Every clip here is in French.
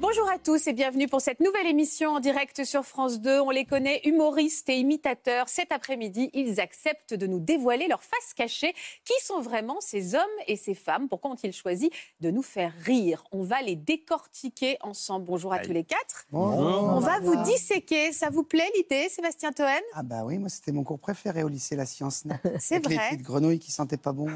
Bonjour à tous et bienvenue pour cette nouvelle émission en direct sur France 2. On les connaît humoristes et imitateurs. Cet après-midi, ils acceptent de nous dévoiler leur face cachée. Qui sont vraiment ces hommes et ces femmes Pourquoi ont-ils choisi de nous faire rire On va les décortiquer ensemble. Bonjour à tous les quatre. Bonjour. On va Bonjour. vous disséquer. Ça vous plaît l'idée, Sébastien Toen Ah bah oui, moi c'était mon cours préféré au lycée, la science nat. C'est Avec Les vrai. petites grenouilles qui sentaient pas bon.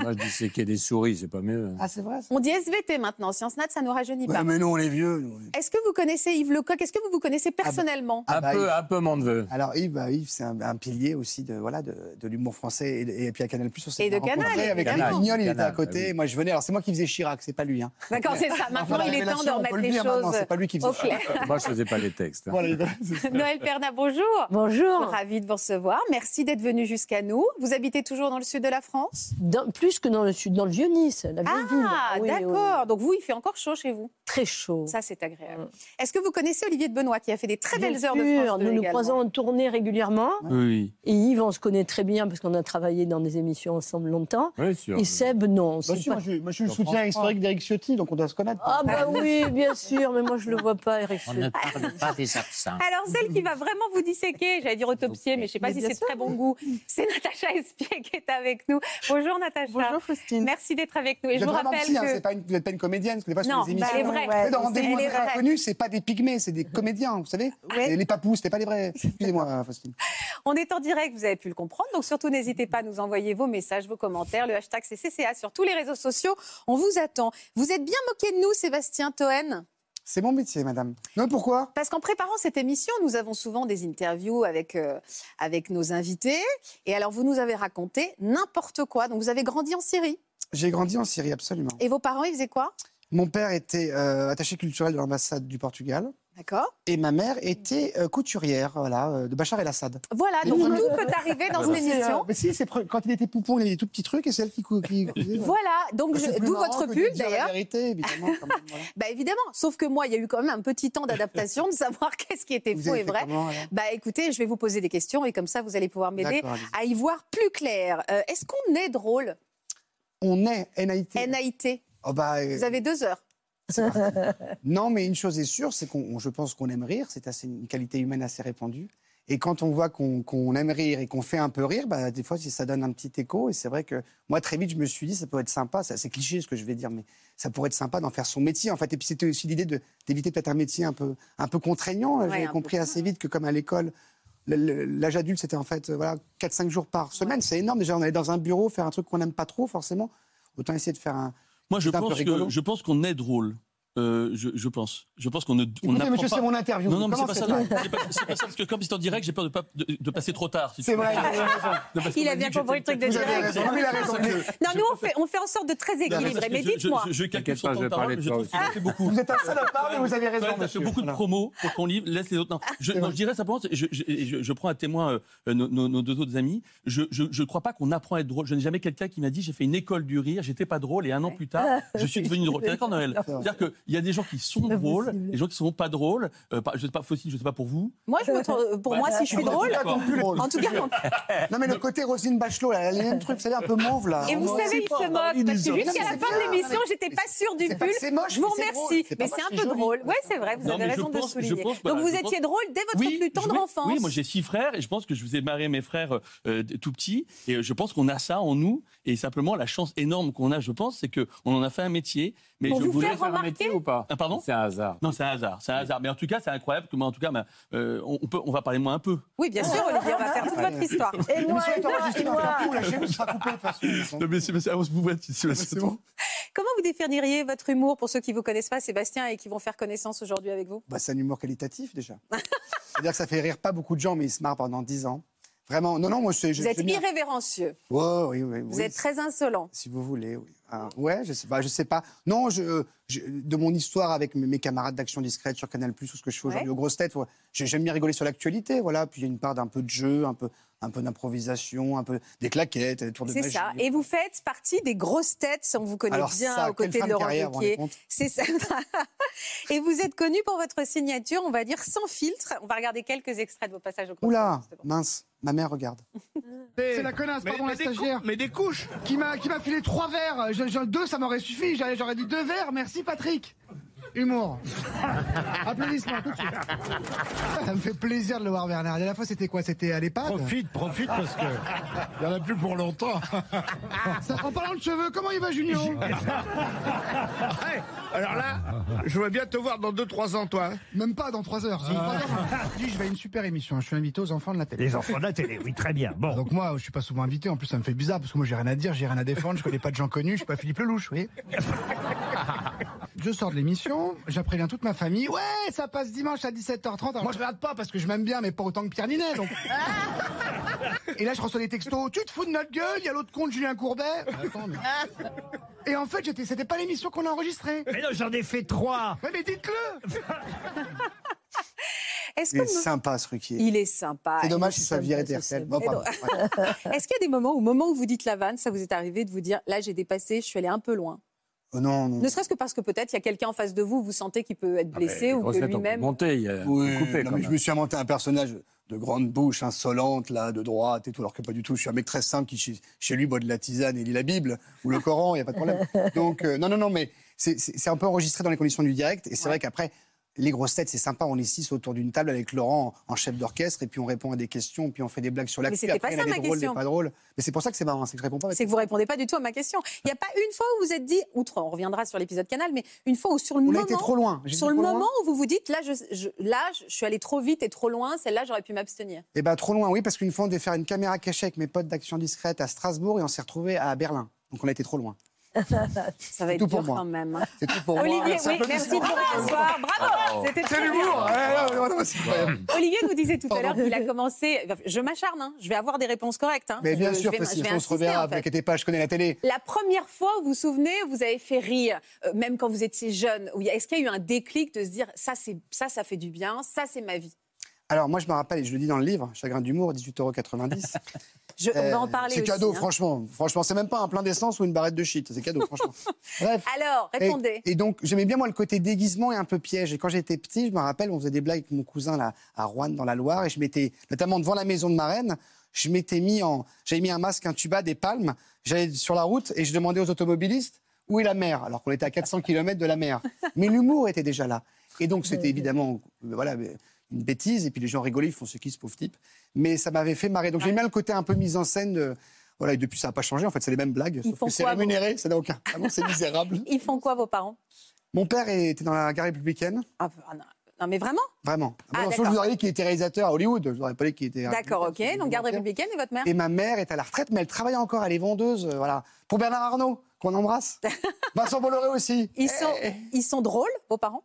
Moi, je dis c'est qu'il y a des souris, c'est pas mieux. Ah c'est vrai ça On dit SVT maintenant. Science Nat, ça nous rajeunit Ouais, pas. Mais nous on est vieux. nous. Est-ce que vous connaissez Yves Lecoq Est-ce que vous vous connaissez personnellement Ah un, bah, peu, Yves. un peu, mon neveu. Alors Yves, bah, Yves c'est un, un pilier aussi de voilà de, de l'humour français et, et puis à Canal Plus on s'est Et de rencontrés Canal, avec évidemment. Alain Pignol, il était à Canal, côté. bah oui. Moi je venais, alors c'est moi qui faisais Chirac, c'est pas lui. Hein. D'accord, c'est ça. Maintenant, Enfin, il est temps de révélation, on remettre peut le les dire maintenant, choses C'est pas lui qui faisait au Chirac. clair. Moi, je faisais pas les textes. hein. Voilà, c'est ça. Noël Perna, bonjour. Bonjour. Ravi de vous recevoir. Merci d'être venu jusqu'à nous. Vous habitez toujours dans le sud de la France Dans- plus que dans le sud, dans le vieux Nice, la vieille ville. Ah, Oui, d'accord. oui, Donc vous, il fait encore chaud chez vous. Très chaud. Ça, c'est agréable. Mm. Est-ce que vous connaissez Olivier de Benoît qui a fait des très Bien belles heures de sûr, France 2 Nous nous également croisons en tournée régulièrement. Oui, Et Yves, on se connaît très bien parce qu'on a travaillé dans des émissions ensemble longtemps. oui, sûr. Et Seb, non. c'est Bah si, pas- moi, je, moi, je suis le Sur France soutien historique d'Eric Ciotti, donc on doit se connaître. Ah bah oui, bien sûr, mais moi je le vois pas, Eric. On ne parle pas des absents. Alors, celle qui va vraiment vous disséquer, j'allais dire autopsier, mais je ne sais pas Mais si bien c'est de sûr. très bon goût, c'est Natacha Espier qui est avec nous. Bonjour, Natacha. Bonjour Faustine. Merci d'être avec nous. Et je Vous êtes vous vraiment rappelle psy, hein, que. c'est pas une- vous n'êtes pas une comédienne, parce que des fois, sur Non, les bah, émissions. hein. elle est vraie. Mais dans Rendez-vous Elle est avec un vraie. inconnu, c'est pas des pygmées, c'est des comédiens, vous savez Ouais. Et Les papous, c'était pas des vrais. Excusez-moi, Faustine. On est en direct, vous avez pu le comprendre. Donc surtout, n'hésitez pas à nous envoyer vos messages, vos commentaires. Le hashtag c'est CCA sur tous les réseaux sociaux. On vous attend. Vous êtes bien moqué de nous, Sébastien Toen C'est mon métier, madame. Non, pourquoi Parce qu'en préparant cette émission, nous avons souvent des interviews avec, euh, avec nos invités. Et alors, vous nous avez raconté n'importe quoi. Donc, vous avez grandi en Syrie. J'ai grandi en Syrie, absolument. Et vos parents, ils faisaient quoi Mon père était euh, attaché culturel de l'ambassade du Portugal D'accord et ma mère était euh, couturière voilà, euh, de Bachar el-Assad. Voilà, Et donc vous- tout peut arriver dans cette C'est, euh, émission. mais si, c'est pre- quand il était poupon, il avait des tout petits trucs et c'est elle qui cou- qui cousait, voilà. Voilà, donc Bah, C'est je- plus d'où marrant votre que de pull dire la d'ailleurs. vérité, évidemment. quand même, voilà. Bah évidemment, sauf que moi, il y a eu quand même un petit temps d'adaptation de savoir qu'est-ce qui était Vous faux avez et fait vrai. comment, alors Bah écoutez, je vais vous poser des questions et comme ça vous allez pouvoir m'aider D'accord, allez-y. à y voir plus clair. Euh, Est-ce qu'on est drôle On est NIT. NAIT, Oh, bah, euh, vous avez deux heures. Ah, Non, mais une chose est sûre, c'est qu'on, on- je pense qu'on aime rire. C'est assez- une qualité humaine assez répandue. Et quand on voit qu'on, qu'on aime rire et qu'on fait un peu rire, bah, des fois, si ça donne un petit écho. Et c'est vrai que moi, très vite, je me suis dit, ça peut être sympa. C'est assez cliché ce que je vais dire, mais ça pourrait être sympa d'en faire son métier, en fait. Et puis, c'était aussi l'idée de, d'éviter peut-être un métier un peu, un peu contraignant. Ouais, J'ai un compris peu. assez vite que, comme à l'école, le- le- l'âge adulte, c'était en fait euh, voilà, 4-5 jours par semaine. C'est énorme. Déjà, on allait dans un bureau, faire un truc qu'on n'aime pas trop, forcément. Autant essayer de faire un. Moi, je C'est un peu pense, rigolo. que, je pense qu'on est drôle. Euh, je, je pense. Je pense qu'on ne. On Écoutez, n'apprend monsieur, pas- c'est mon interview. Non, non, mais c'est Comment pas ça ça. se C'est pas, c'est pas ça. Parce que comme c'est en direct, j'ai peur de, pas, de, de passer trop tard. si tu C'est veux. vrai. vous avez raison. De- parce Il qu'on a m'a bien dit que compris j'étais le truc de très Vous avez direct. raison. Lui, il a raison. Mais- Non, nous on fait, on fait en sorte de très Non, parce que équilibré, mais je- je- dites-moi. Je, je calcule T'inquiète son pas, temps je vais de parole, parler mais de je toi trouve que tu fais beaucoup. Vous êtes un salopard, mais vous avez raison. Toi, t'as fait monsieur. beaucoup de Voilà. promos pour ton livre, laisse les autres. Non, je, non, je dirais simplement, je, je, je- je prends à témoin euh, euh, nos, nos- nos deux autres amis. Je ne crois pas qu'on apprend à être drôle. Je n'ai jamais quelqu'un qui m'a dit j'ai fait une école du rire, j'étais pas drôle et un an plus tard, je suis devenu drôle. T'es d'accord, Noël Non. C'est-à-dire qu'il y a des gens qui sont pas drôles, possible. des gens qui ne sont pas drôles. Euh, pas- je ne sais pas, Faucille, je ne sais pas pour vous. Moi, je me trouve- pour moi, si je suis Voilà. drôle, D'accord. Drôle. en tout cas, quand- Oh, Non, mais le côté Rosine Bachelot, là, elle a le même truc, c'est un peu mauve, là. et vous On- savez, il se moque parce que jusqu'à la fin c'est bien. de l'émission, Non, mais- j'étais pas sûre du c'est pas- pull. c'est moche, Je vous mais c'est remercie, drôle. C'est pas mais moche, c'est un c'est peu joli. drôle. Ouais, c'est vrai, vous Non, avez mais je raison de le pense- je souligner. pense- Donc voilà, vous je étiez pense- drôle dès votre plus tendre oui, enfance. Oui, moi j'ai six frères et je pense que je faisais marrer mes frères euh, d- tout petits. Et euh, je pense qu'on a ça en nous. Et simplement, la chance énorme qu'on a, je pense, c'est qu'on en a fait un métier. Mais Pour je vous voulais- faire remarquer- métier ou pas Ah, pardon C'est un hasard. Non, c'est un hasard. C'est un hasard. Mais en tout cas, c'est incroyable que moi, en tout cas, ma- euh, on, on peut, on va parler de moi un peu. Oui, bien sûr, Olivier, on va faire toute votre histoire. Et moi, L'émission et est moi, enregistrée et dans moi. un coup, là, chez vous, ça sera coupé, de toute façon. mais c'est on se bouvait. Ah, C'est bon. Comment vous définiriez votre humour pour ceux qui vous connaissent pas, Sébastien, et qui vont faire connaissance aujourd'hui avec vous Bah, c'est un humour qualitatif, déjà. C'est-à-dire que ça fait rire pas beaucoup de gens, mais ils se marrent pendant 10 ans. Vraiment, non, non, moi, c'est. je- Vous êtes j'aime bien. irrévérencieux. Ouais, oui, oui, Vous oui, êtes très insolent. Si vous voulez, oui. Ah, ouais, je sais pas, je sais pas. Non, je, je- de mon histoire avec mes- mes camarades d'Action Discrète sur Canal+, ou ce que je fais aujourd'hui Ouais. aux grosses têtes, ouais, j'ai- j'aime bien rigoler sur l'actualité, voilà. Puis il y a une part d'un peu de jeu, un peu, un peu d'improvisation, un peu des claquettes, des tours de C'est magie. ça. Et vous faites partie des grosses têtes, on vous connaît Alors bien, ça, aux quelle côtés fin de de Laurent carrière, vous vous rendez Ruquier. compte C'est ça. Et vous êtes connu pour votre signature, on va dire, sans filtre. On va regarder quelques extraits de vos passages au grosses Oula, têtes, justement. mince, ma mère regarde. C'est la connasse, pardon, la stagiaire, mais des couches qui m'a qui m'a filé trois verres. Je- je- deux, ça m'aurait suffi. J'aurais j'aurais dit deux verres. Merci, Patrick. Humour. Applaudissements. tout de suite. Ça me fait plaisir de le voir, Bernard. La dernière fois, c'était quoi C'était à l'EHPAD Profite, profite, parce que il n'y en a plus pour longtemps. Ça- En parlant de cheveux, comment il va, Junior Ouais, alors là, je veux bien te voir dans 2-3 ans, toi. hein. Même pas dans trois heures. Dans trois heures, Je dis, je vais à une super émission. hein. Je suis invité aux enfants de la télé. Les enfants de la télé, oui, très bien. Bon, Donc moi, je suis pas souvent invité. En plus, ça me fait bizarre parce que moi, j'ai rien à dire, j'ai rien à défendre. Je connais pas de gens connus. Je suis pas Philippe Lelouch, oui. je sors de l'émission. J'appréviens toute ma famille. Ouais, ça passe dimanche à 17h30. Alors, moi, je regarde pas parce que je m'aime bien, mais pas autant que Pierre Ninet. Donc. Et là, je reçois des textos. Tu te fous de notre gueule Il y a l'autre compte, Julien Courbet. Attends, mais- Et en fait, j'étais. C'était pas l'émission qu'on a enregistrée. mais non, j'en ai fait trois. Ouais, mais dites-le. Est-ce Il que est vous- sympa, ce Ruquier. Il est sympa. Eh C'est dommage qu'il soit sympa, viré c'est d'RTL. sympa. Bon, pardon. ben. Ouais. Est-ce qu'il y a des moments, au moment où vous dites la vanne, ça vous est arrivé de vous dire là j'ai dépassé, je suis allé un peu loin Oh non, non. Ne serait-ce que parce que peut-être il y a quelqu'un en face de vous, vous sentez qu'il peut Ah être ben, blessé ou que lui-même. Oh, Monté, il y Euh, a Oui, coupé non, quand mais je même. me suis inventé un personnage de grande bouche, insolente, là, de droite et tout, alors que pas du tout. Je suis un mec très simple qui, chez, chez lui, boit de la tisane et lit la Bible ou le Coran, il n'y a pas de problème. Donc, euh, non, non, non, mais c'est- c'est c'est un peu enregistré dans les conditions du direct. Et c'est vrai qu'après, les grosses têtes, c'est sympa. On est six autour d'une table avec Laurent en chef d'orchestre et puis on répond à des questions, puis on fait des blagues sur la c'était Après, pas il y en a ça, ma des drôles, des question. pas drôles. Mais c'est pour ça que c'est marrant, c'est que je réponds pas. C'est que vous répondez pas du tout à ma question. Il n'y a pas une fois où vous êtes dit, outre, on reviendra sur l'épisode canal, mais une fois où sur le On a moment, été trop loin. J'ai sur le dit trop loin. moment où vous vous dites, là je, je- là, je suis allé trop vite et trop loin, celle-là, j'aurais pu m'abstenir. Eh ben trop loin, oui, parce qu'une fois on devait faire une caméra cachée avec mes potes d'action discrète à Strasbourg et on s'est retrouvés à Berlin. Donc on a été trop loin. Ça va être tout dur pour moi. quand même. hein. C'est tout pour moi. Olivier, Merci. oui, merci de vous recevoir. oh. Bravo, c'était très bien. Ah, ouais, ouais, ouais, c'est incroyable. Olivier nous disait tout à l'heure qu'il a commencé. Je m'acharne, hein, je vais avoir des réponses correctes. hein. Mais bien Je- je sûr, vais- parce je que vais on se insister, reverra, en ne vous fait. inquiétez pas, je connais la télé. La première fois, vous vous souvenez, vous avez fait rire, euh, même quand vous étiez jeune. ou il y a- Est-ce qu'il y a eu un déclic de se dire ça, c'est ça, ça fait du bien, ça, c'est ma vie. Alors moi, je me rappelle, et je le dis dans le livre, Chagrin d'humour, 18,90 euros. Je, on va en parler Euh, C'est aussi, cadeau, hein. franchement. Franchement, c'est même pas un plein d'essence ou une barrette de shit. C'est cadeau, franchement. Bref. Alors, Et- répondez. Eh, Et, donc, j'aimais bien, moi, le côté déguisement et un peu piège. Et quand j'étais petit, je me rappelle, on faisait des blagues avec mon cousin là, à Rouen, dans la Loire. Et je m'étais, notamment devant la maison de ma reine, je m'étais mis en. J'avais mis un masque, un tuba, des palmes. J'allais sur la route et je demandais aux automobilistes où est la mer, alors qu'on était à 400 km de la mer. Mais l'humour était déjà là. Et donc, c'était évidemment. euh, Voilà. euh, Une bêtise, et puis les gens rigolaient, ils font ce qui se pauvre type. Mais ça m'avait fait marrer. Donc j'aime bien le côté un peu mise en scène. de- Voilà, et depuis ça n'a pas changé, en fait, c'est les mêmes blagues, sauf font que c'est quoi, vous rémunéré, ça n'a aucun. Ah non, c'est misérable. Ils font quoi, vos parents Mon père était dans la garde républicaine, Ah, bah, non. Non, mais vraiment vraiment. Ah, Bon, sinon, d'accord. je vous aurais dit qu'il était réalisateur à Hollywood. Je vous aurais pas dit qu'il était. D'accord, ok. réalisateur, Donc, garde documentaire. républicaine et votre mère Et ma mère est à la retraite, mais elle travaille encore. Elle est vendeuse, euh, voilà. Pour Bernard Arnault, qu'on embrasse. Vincent Bolloré aussi. ils sont, eh, ils sont drôles, vos parents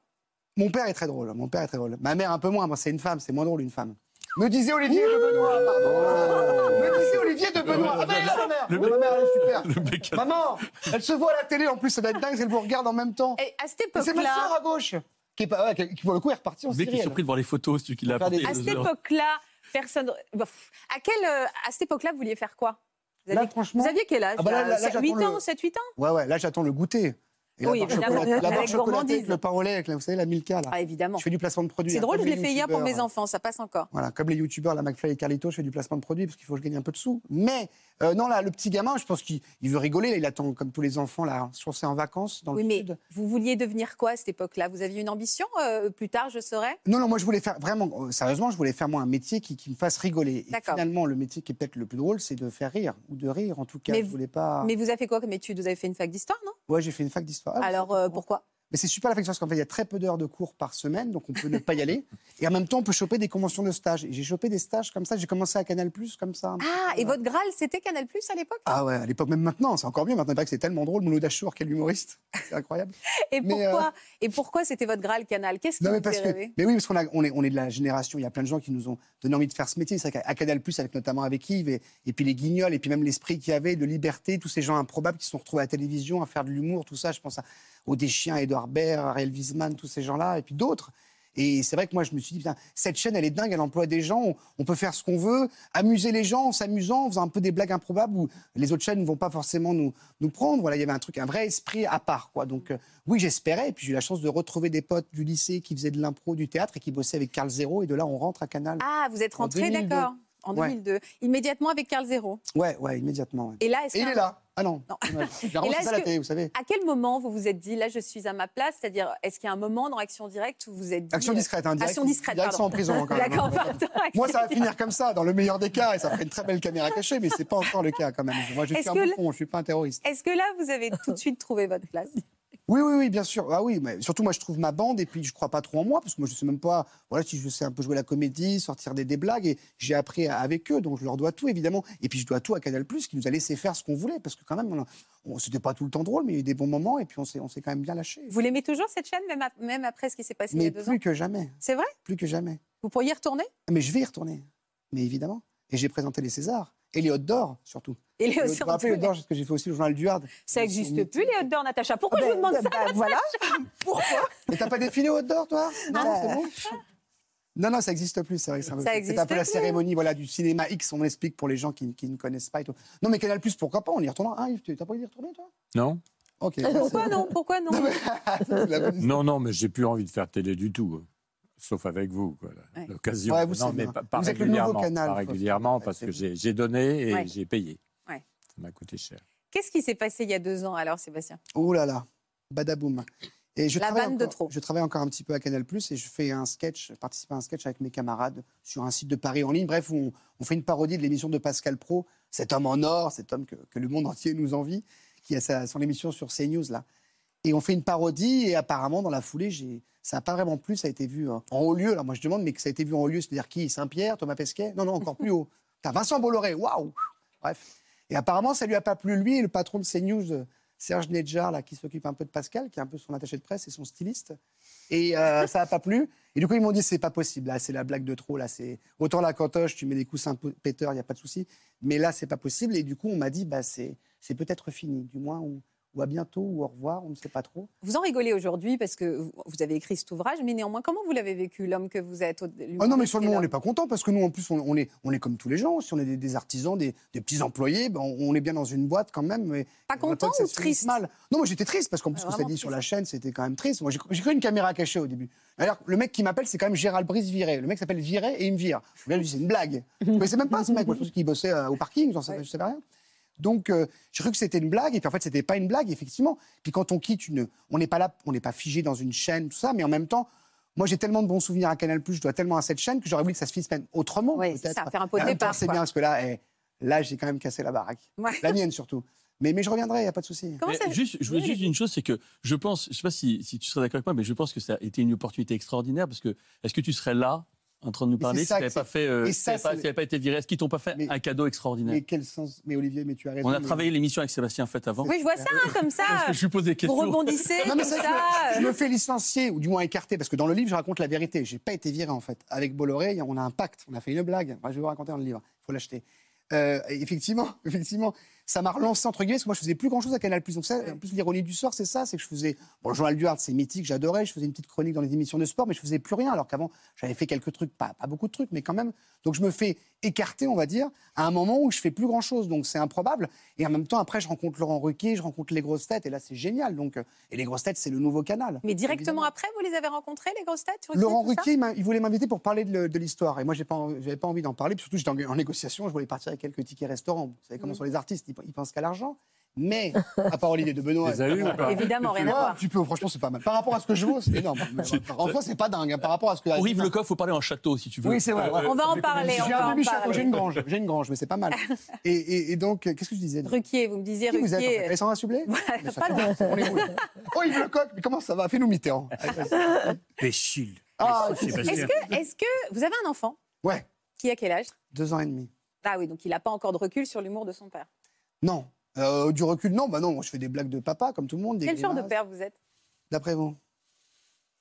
Mon père est très drôle. Mon père est très drôle. Ma mère un peu moins. Moi, c'est une femme. C'est moins drôle une femme. Me disait Olivier de Benoît. Pardon. Me disait Olivier de Benoît. Ah ben, elle est là, ma mère. Ma mère, elle est super. Maman, elle se voit à la télé. En plus, ça doit être dingue. Elle vous regarde en même temps. Et À cette Et C'est ma époque-là, soeur à gauche. Qui, est pas, ouais, qui, qui, pour le coup est repartie en Vous savez qu'il Syrie. est surpris de voir les photos, celui qui l'a Regardez. apporté. il y à a deux cette heures. Ah, époque-là, personne. Bon, pff. À, quelle, euh, à cette époque-là, vous vouliez faire quoi vous elle. Là, aviez, franchement. vous aviez quel âge Ah bah là, là, là, 8 j'attends ans, le- 7-8 ans Ouais, ouais, là j'attends le goûter. Et Oui, la barre évidemment. chocolatée, la barre Avec chocolatée gourmandise. avec le pain au lait, avec la- vous savez, la Milka, là. Ah, évidemment. Je fais du placement de produit. C'est hein, drôle, je comme les l'ai fait hier pour youtubeurs, mes euh, enfants, ça passe encore. Voilà, comme les youtubeurs, la McFly et Carlito, je fais du placement de produit parce qu'il faut que je gagne un peu de sous. Mais euh, non, là, le petit gamin, je pense qu'il il veut rigoler. là, il attend, comme tous les enfants, là, je pense que c'est en vacances dans Oui, le mais sud. vous vouliez devenir quoi à cette époque-là Vous aviez une ambition euh, Plus tard, je serai Non, non, moi, je voulais faire vraiment, euh, sérieusement, je voulais faire moi un métier qui, qui me fasse rigoler. Et D'accord. finalement, le métier qui est peut-être le plus drôle, c'est de faire rire, ou de rire en tout cas. Mais je vous- voulais pas. Mais vous avez fait quoi comme étude Vous avez fait une fac d'histoire, non Ouais, j'ai fait une fac d'histoire. Ah, Alors, euh, pourquoi Mais c'est super l'affection parce qu'en fait, il y a très peu d'heures de cours par semaine, donc on peut ne pas y aller. Et en même temps, on peut choper des conventions de stage. Et j'ai chopé des stages comme ça. J'ai commencé à Canal Plus comme ça. Ah, et votre Graal, c'était Canal Plus à l'époque Ah ouais, à l'époque, même maintenant, c'est encore mieux. Maintenant, il paraît que c'est tellement drôle. Mouloud Achour, quel humoriste. C'est incroyable. Et Mais, pourquoi, euh, et pourquoi c'était votre Graal Canal Qu'est-ce qui Non, vous mais parce fait que. rêver Mais oui, parce qu'on a- on est, on est de la génération. Il y a plein de gens qui nous ont donné envie de faire ce métier. C'est vrai qu'à à Canal Plus, avec notamment avec Yves, et, et puis les Guignols, et puis même l'esprit qu'il y avait de liberté, tous ces gens improbables qui se sont retrouvés à la télévision à faire de l'humour, tout ça. Je pense à, aux Deschiens, Edouard Baird, Ariel Wiesman, tous ces gens-là, et puis d'autres. Et c'est vrai que moi, je me suis dit, putain, cette chaîne, elle est dingue, elle emploie des gens, on, on peut faire ce qu'on veut, amuser les gens en s'amusant, en faisant un peu des blagues improbables où les autres chaînes ne vont pas forcément nous, nous prendre. Voilà, il y avait un truc, un vrai esprit à part, quoi. Donc, euh, oui, j'espérais. Et puis, j'ai eu la chance de retrouver des potes du lycée qui faisaient de l'impro, du théâtre et qui bossaient avec Carl Zéro. Et de là, on rentre à Canal. Ah, vous êtes En rentré, 2002. d'accord, en Ouais. 2002, immédiatement avec Carl Zéro. Ouais, ouais, immédiatement. ouais. Et là, est-ce Et il qu'un- est là. Ah non. dommage. Généralement, là, c'est est-ce ça la que- télé, vous savez. À quel moment vous vous êtes dit, là, je suis à ma place C'est-à-dire, est-ce qu'il y a un moment dans Action Directe où vous vous êtes dit... Action discrète, hein, direct- Action discrète, direct pardon. sans prison, hein, quand même, D'accord, hein. pardon, Moi, Action ça va finir comme ça, dans le meilleur des cas, et ça ferait une très belle caméra cachée, mais c'est pas encore le cas quand même. Moi, je Est-ce suis un que le- bouffon, je suis pas un terroriste. Est-ce que là, vous avez tout de suite trouvé votre place Oui, oui, oui, bien sûr. Ah oui, mais surtout moi je trouve ma bande et puis je crois pas trop en moi parce que moi je sais même pas. Voilà, si je sais un peu jouer la comédie, sortir des, des blagues et j'ai appris à- avec eux, donc je leur dois tout évidemment. Et puis je dois tout à Canal Plus qui nous a laissé faire ce qu'on voulait parce que quand même, on, a- on- c'était pas tout le temps drôle, mais il y a eu des bons moments et puis on s'est, on s'est quand même bien lâché. Vous l'aimez toujours, cette chaîne, même, ap- même après ce qui s'est passé il y a Mais deux plus ans que jamais, C'est vrai plus que jamais. Vous pourriez y retourner Mais je vais y retourner, mais évidemment. Et j'ai présenté les Césars et les Hautes d'Or surtout. Et les Vous Hautes vous d'Or, rappelez tous les Hautes d'Or, parce que j'ai fait aussi le journal du Hard. Ça Sur- n'existe plus, les outdoors, Natacha. Pourquoi Ah ben, je vous demande ça voilà. Pourquoi Et t'as pas défilé aux d'or, toi Non, non, c'est bon non, non, ça n'existe plus, c'est vrai. c'est un peu- Euh, Ça C'est un existe peu la plus. cérémonie voilà, du cinéma X, on explique pour les gens qui, qui ne connaissent pas. Et tout. Non, mais Canal Plus, pourquoi pas On y retournera. Hein, Yves, tu n'as pas envie d'y retourner, toi Non Ok. Pourquoi non Pourquoi non C'est la bonne- Non, non, mais j'ai plus envie de faire télé du tout. hein. Sauf avec vous, quoi, la- Ouais. l'occasion. Ouais, vous non, savez, mais hein. pas, pas Vous êtes le nouveau régulièrement, Canal, pas faut- régulièrement parce c'est que vous. j'ai j'ai donné et Ouais. j'ai payé. Ouais. Ça m'a coûté cher. Qu'est-ce qui s'est passé il y a deux ans, alors, Sébastien Oh là là, badaboum. Et je La travaille vanne de encore- trop. Je travaille encore un petit peu à Canal et je fais un sketch, je participe à un sketch avec mes camarades sur un site de Paris en ligne. Bref, où on, on fait une parodie de l'émission de Pascal Pro, cet homme en or, cet homme que, que le monde entier nous envie, qui a sa- son émission sur CNews là. Et on fait une parodie et apparemment dans la foulée, j'ai ça n'a pas vraiment plu, ça a été vu hein, en haut lieu. Alors moi je demande, mais que ça a été vu en haut lieu, c'est-à-dire qui Saint-Pierre, Thomas Pesquet Non, non, encore plus haut. T'as Vincent Bolloré, waouh Bref. Et apparemment, ça lui a pas plu, lui et le patron de CNews, euh, Serge Nedjar, là, qui s'occupe un peu de Pascal, qui est un peu son attaché de presse et son styliste. Et euh, ça n'a pas plu. Et du coup, ils m'ont dit, c'est pas possible, là, c'est la blague de trop, là, c'est autant la cantoche, tu mets des coussins p- péteurs, il n'y a pas de souci. Mais là, c'est pas possible. Et du coup, on m'a dit, bah, c'est c'est peut-être fini, du moins, ou, ou à bientôt, ou au revoir, on ne sait pas trop. Vous en rigolez aujourd'hui parce que vous- vous avez écrit cet ouvrage, mais néanmoins, comment vous l'avez vécu, l'homme que vous êtes au- Ah non, mais l'humoriste sur et le moment, on l'homme n'est pas content parce que nous, en plus, on, on est, on est comme tous les gens. Si on est des, des artisans, des, des petits employés, ben, on, on est bien dans une boîte quand même. mais Pas on attend content que ça ou se finisse triste mal. Non, moi j'étais triste parce qu'en Ah, plus, ce qu'on s'est vraiment dit sur triste. la chaîne, c'était quand même triste. Moi, j'ai- j'ai cru une caméra cachée au début. Alors, le mec qui m'appelle, c'est quand même Gérald Brice Viré. Le mec s'appelle Viré et il me vire. Je me dis, c'est une blague. Mais c'est même pas ce mec. Moi, je pense qu'il bossait euh, au parking, j'en savais, je savais rien. Donc, euh, j'ai cru que c'était une blague, et puis en fait, c'était pas une blague, effectivement. Puis quand on quitte une. On n'est pas là, on n'est pas figé dans une chaîne, tout ça, mais en même temps, moi, j'ai tellement de bons souvenirs à Canal, je dois tellement à cette chaîne que j'aurais voulu que ça se finisse même autrement. Oui, c'est peut-être. ça, faire un pot de Et en même temps, départ, C'est quoi. bien, parce que là, eh, là j'ai quand même cassé la baraque. Ouais. La mienne, surtout. Mais, mais je reviendrai, il n'y a pas de souci. Comment Mais ça- juste, je voulais Oui, juste allez-y. une chose, c'est que je pense, je sais pas si, si tu serais d'accord avec moi, mais je pense que ça a été une opportunité extraordinaire parce que est-ce que tu serais là en train de nous c'est parler si tu ça n'avais que pas fait, euh, et si ça, t'avais pas, c'est- si t'avais pas été viré, est-ce qu'ils t'ont pas fait Mais- un cadeau extraordinaire Mais quel sens Mais Olivier, mais tu as raison. On a mais- travaillé l'émission avec Sébastien Fett avant. Oui, je vois ça, hein, comme ça. Parce que je lui pose des questions. Vous rebondissez, Non, comme mais c'est ça. vrai que je me fais licencier, ou du moins écarter, parce que dans le livre, je raconte la vérité. J'ai pas été viré, en fait. Avec Bolloré, on a un pacte, on a fait une blague. Moi, je vais vous raconter dans le livre, il faut l'acheter. Euh, et effectivement, effectivement, ça m'a relancé, entre guillemets, parce que moi, je faisais plus grand-chose à Canal+. Donc ça, en plus, l'ironie du sort, c'est ça, c'est que je faisais... Bon, le journal du Hard, c'est mythique, j'adorais, je faisais une petite chronique dans les émissions de sport, mais je faisais plus rien, alors qu'avant, j'avais fait quelques trucs, pas, pas beaucoup de trucs, mais quand même. Donc je me fais écarter, on va dire, à un moment où je fais plus grand-chose, donc c'est improbable. Et en même temps, après, je rencontre Laurent Ruquier, je rencontre les grosses têtes, et là, c'est génial. Donc, euh, et les grosses têtes, c'est le nouveau canal. Mais directement Évidemment. après, vous les avez rencontrés, les grosses têtes Ruquier, Laurent tout ça Ruquier, il, m'a- il voulait m'inviter pour parler de, le- de l'histoire. Et moi, j'ai pas, en- j'avais pas envie Mm. d'en parler. Puis surtout, j'étais en, en négociation. Je voulais partir avec quelques tickets restaurants. Vous savez comment sont les artistes, ils, pe- ils pensent qu'à l'argent. Mais, à part l'idée de Benoît. Les a eu ou pas Évidemment, Tu rien à vois, voir. Tu peux, franchement, c'est pas mal. Par rapport à ce que je vaux, c'est énorme. Mais En France, c'est pas dingue. hein, Par rapport à ce que. Pour Yves Lecoq, faut parler en château si tu veux. Oui, c'est vrai. voilà. Euh, euh, J'ai un demi-château, j'ai une grange, j'ai une grange, mais c'est pas mal. Et, et- et donc, euh, qu'est-ce que je disais Ruquier, vous me disiez Qui vous êtes, en Ruquier. fait Alessandra Sublet Mais ça fait- on est où, là Oh, Yves Lecoq, mais comment ça va Fais-nous Mitterrand. Béchil. Ah, Est-ce que, est-ce que vous avez un enfant Ouais, qui a quel âge deux ans et demi. Ah oui, donc il n'a pas encore de recul sur l'humour de son père. Non. Euh, du recul, non, bah non, moi, je fais des blagues de papa, comme tout le monde. des Quel genre de grimaces. père vous êtes D'après vous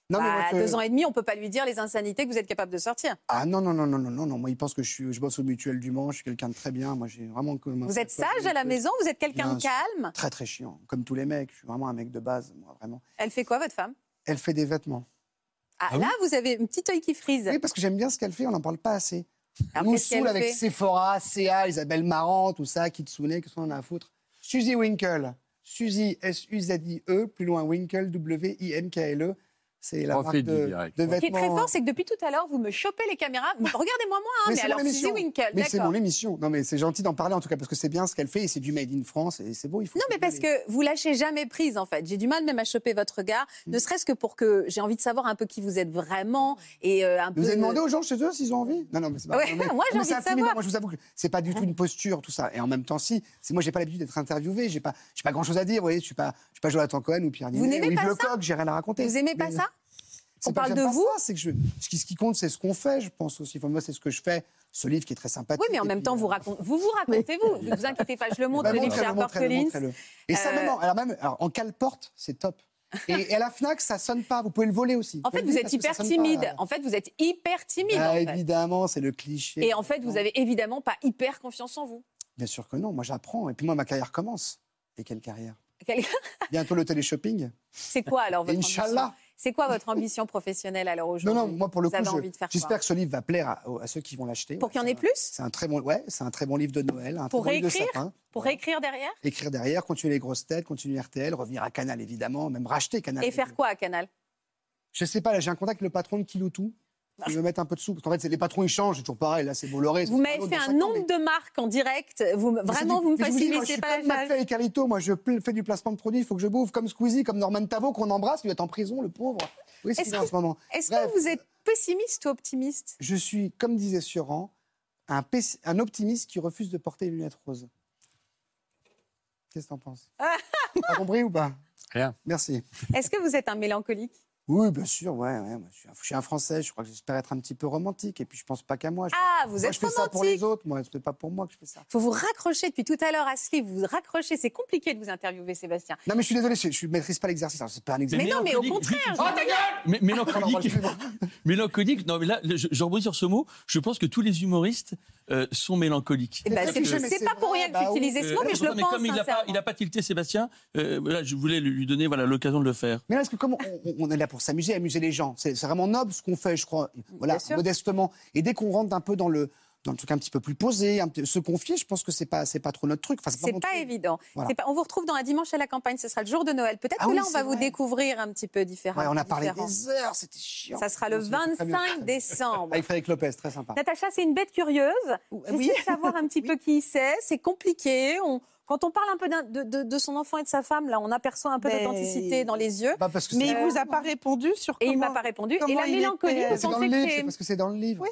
Bah, moi, À je- deux ans et demi, on peut pas lui dire les insanités que vous êtes capable de sortir. Ah non, non, non, non, non, non, non. Moi, il pense que je, suis, je bosse au Mutuel du Mans, je suis quelqu'un de très bien. Moi, j'ai vraiment. comme un- Vous êtes sage à la maison, vous êtes quelqu'un Bien de sûr. calme. Très, très chiant, comme tous les mecs. Je suis vraiment un mec de base, moi, vraiment. Elle fait quoi, votre femme Elle fait des vêtements. ah, Ah oui Là, vous avez une petite œil qui frise. Oui, parce que j'aime bien ce qu'elle fait, on n'en parle pas assez. Alors, On nous qu'est-ce qu'elle saoule avec fait Sephora, CA, Isabelle Marant, tout ça, Kitsune, qu'est-ce qu'on en a à foutre Suzy Winkle. Suzy, S-U-Z-I-E, E, plus loin Winkle, W-I-N-K-L-E. E. C'est la On marque fait de, du direct. de Ce qui est vêtements. très fort, c'est que depuis tout à l'heure, vous me chopez les caméras. Regardez-moi, moi, hein, mais, c'est alors mon Suzy émission. Winkle, Mais c'est d'accord. mon émission. Non, mais c'est gentil d'en parler en tout cas parce que c'est bien ce qu'elle fait et c'est du made in France et c'est beau. Il faut Non, mais parce que vous lâchez jamais prise, en fait. J'ai du mal même à choper votre regard, Mm. ne serait-ce que pour que j'ai envie de savoir un peu qui vous êtes vraiment et euh, un peu. Vous avez de- demandé aux gens chez eux s'ils ont envie Non, non, mais c'est pas. Ouais, non, mais- moi, Ah, j'ai mais envie c'est de intimidant. savoir. Moi, je vous avoue que c'est pas du tout une posture, tout ça. Et en même temps, si, c'est moi, j'ai pas l'habitude d'être interviewé, j'ai pas, j'ai pas grand chose à dire. Vous voyez, je suis pas, je suis pas Jonathan Cohen ou Pierre Vous Ninet n'aimez ou Yves pas ça Lecoq, j'ai rien à raconter. Vous aimez pas Mais- euh, ça c'est On pas que parle j'aime de pas vous ça, C'est que je, ce qui, ce qui compte, c'est ce qu'on fait. Je pense aussi. Enfin, moi, c'est ce que je fais. Ce livre qui est très sympathique. Oui, mais en et même puis, temps, vous racontez, vous, vous racontez vous. Ne vous inquiétez pas, je le montre, euh, Bah, le livre chez Harper montrez-le, montrez-le, Collins. montrez-le. Et ça, Euh, même, en, alors même alors, en cale-porte, c'est top. Et, et à la Fnac, ça sonne pas. Vous pouvez le voler aussi. En fait, le vous dites êtes parce que ça hyper sonne timide. pas. En fait, vous êtes hyper timide. Bah, en fait. Évidemment, c'est le cliché. Et en fait, vous avez évidemment pas hyper confiance en vous. Bien sûr que non. Moi, j'apprends. Et puis moi, ma carrière commence. Et quelle carrière Quel- Bientôt le télé-shopping. C'est quoi alors votre ambition Inch'Allah. C'est quoi votre ambition professionnelle alors Non, aujourd'hui non, moi, pour le Vous coup, avez je- envie de faire quoi j'espère que ce livre va plaire à, à ceux qui vont l'acheter. Pour Ouais, qu'il y en c'est ait un- plus C'est un très bon, ouais, c'est un très bon livre de Noël, un Pour très bon livre de réécrire sapin. Pour réécrire derrière Écrire derrière, continuer les grosses têtes, continuer RTL, revenir à Canal évidemment, même racheter Canal. Et faire quoi à Canal Je sais pas, là j'ai un contact avec le patron de Kiloutou. Je vais mettre un peu de sous. Parce qu'en fait, c'est- les patrons ils changent, c'est toujours pareil. Là, c'est Bolloré. Ah. Vous m'avez fait un nombre de marques en direct. Vous, me- vraiment, vous me facilitez pas Je suis comme la McFly et Carlito, moi je pl- fais du placement de produits, il faut que je bouffe, comme Squeezie, comme Norman Tavo, qu'on embrasse, il doit être en prison, le pauvre. Oui, Est-ce c'est qu'il est en que- ce moment. Est-ce Bref. que vous êtes pessimiste ou optimiste Je suis, comme disait Sioran, un, pessi- un optimiste qui refuse de porter les lunettes roses. Qu'est-ce que t'en penses Ah T'as compris ou pas Rien. Merci. Est-ce que vous êtes un mélancolique Oui, bien sûr, ouais, ouais, moi, je, suis un, je suis un Français, je crois que j'espère être un petit peu romantique, et puis je pense pas qu'à moi. Je- Ah, vous moi, êtes je fais ça pour romantique. les autres, moi, c'est pas pour moi que je fais ça. Faut vous raccrocher depuis tout à l'heure à ce livre. Vous vous raccrochez. C'est compliqué de vous interviewer, Sébastien. Non, mais je suis désolé, je, je maîtrise pas l'exercice, alors c'est pas un exercice. Mais non, mais au mélancolique, contraire. juste- je- Mais- Ah, Mélancolique. Alors, mélancolique. Non, mais là, je, je rebondis sur ce mot. Je pense que tous les humoristes euh, sont mélancoliques. Eh ben, très c'est cliché, mais c'est c'est pas pour vrai, rien que bah oui. j'utilisais ce mot, Euh, mais je le mais pense hein, comme il n'a pas, il a sincèrement. pas tilté Sébastien, euh, voilà, je voulais lui donner voilà l'occasion de le faire. Mais là, parce que comme on, on est là pour s'amuser, amuser les gens, c'est c'est vraiment noble ce qu'on fait, je crois, voilà, Mm, Bien sûr. modestement. Et dès qu'on rentre un peu dans le, dans le truc un petit peu plus posé, un petit- se confier, je pense que c'est pas, Ah, c'est pas trop notre truc. Enfin, C'est mon pas truc. évident. Voilà. C'est pas- On vous retrouve dans un dimanche à la campagne. Ce sera le jour de Noël. Peut-être Ah que oui, là, on va c'est vous vrai. découvrir un petit peu différent. Ouais, on a parlé différent. des heures, c'était chiant. Ça sera le Non, c'était très bien. Ah, 25 décembre. Avec Frédéric Lopez, très sympa. Natacha, c'est une bête curieuse. J'essaie euh, oui. de savoir un petit peu qui c'est. C'est compliqué. On- Quand on parle un peu d'un- de, de- de son enfant et de sa femme, là, on aperçoit un peu Ben, d'authenticité dans les yeux. Bah, parce que Mais c'est- il vous a pas répondu sur Euh, Et comment il m'a pas répondu. Et comment la il mélancolie, était, euh, vous Bah, c'est dans pensez le que livre, c'est- c'est parce que c'est dans le livre.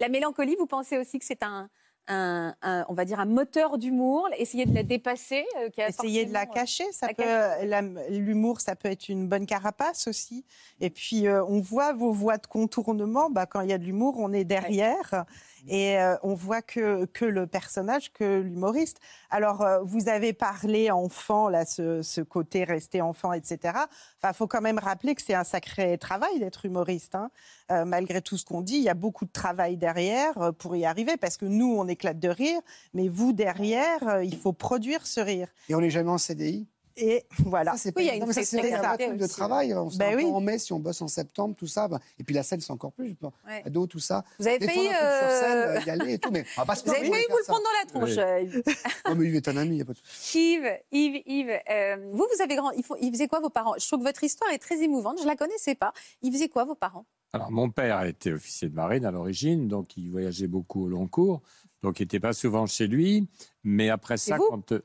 la mélancolie, vous pensez aussi que c'est un, un- un- on va dire, un moteur d'humour, essayer de la dépasser. euh, qui a Essayer de la forcément, euh, cacher, ça la peut, la- l'humour, ça peut être une bonne carapace aussi. Et puis euh, on voit vos voies de contournement. Bah, quand il y a de l'humour, on est derrière et euh, on voit que que le personnage, que l'humoriste. Alors euh, vous avez parlé enfant là, ce, ce côté rester enfant, etc. Enfin, faut quand même rappeler que c'est un sacré travail d'être humoriste. hein. Euh, malgré tout ce qu'on dit, il y a beaucoup de travail derrière euh, pour y arriver, parce que nous, on éclate de rire, mais vous derrière, euh, il faut produire ce rire. Et on n'est jamais en CDI. Et voilà. Ça, c'est Oui, il y a pas une non, mais ça, c'est un flexibilité vrai truc de aussi, hein. Bah travail. hein. On se Ben fait un peu oui. en mai si on bosse en septembre, tout ça. Bah, Et puis la scène, c'est encore plus. Ouais. Ado, tout ça. Vous avez failli, Défendre un truc sur scène, euh, euh, y aller et tout. Mais on va pas se Vous avez permettre failli de vous le faire prendre dans la tronche. euh, ça. Non, mais Yves est un ami, il n'y a pas de souci. Yves, Yves, Yves, euh, vous, vous avez grand. Ils, font- ils faisaient quoi vos parents Je trouve que votre histoire est très émouvante. Je la connaissais pas. Ils faisaient quoi vos parents Alors, mon père était officier de marine à l'origine, donc il voyageait beaucoup au long cours. Donc, il n'était pas souvent chez lui. Mais après ça, vous quand. euh,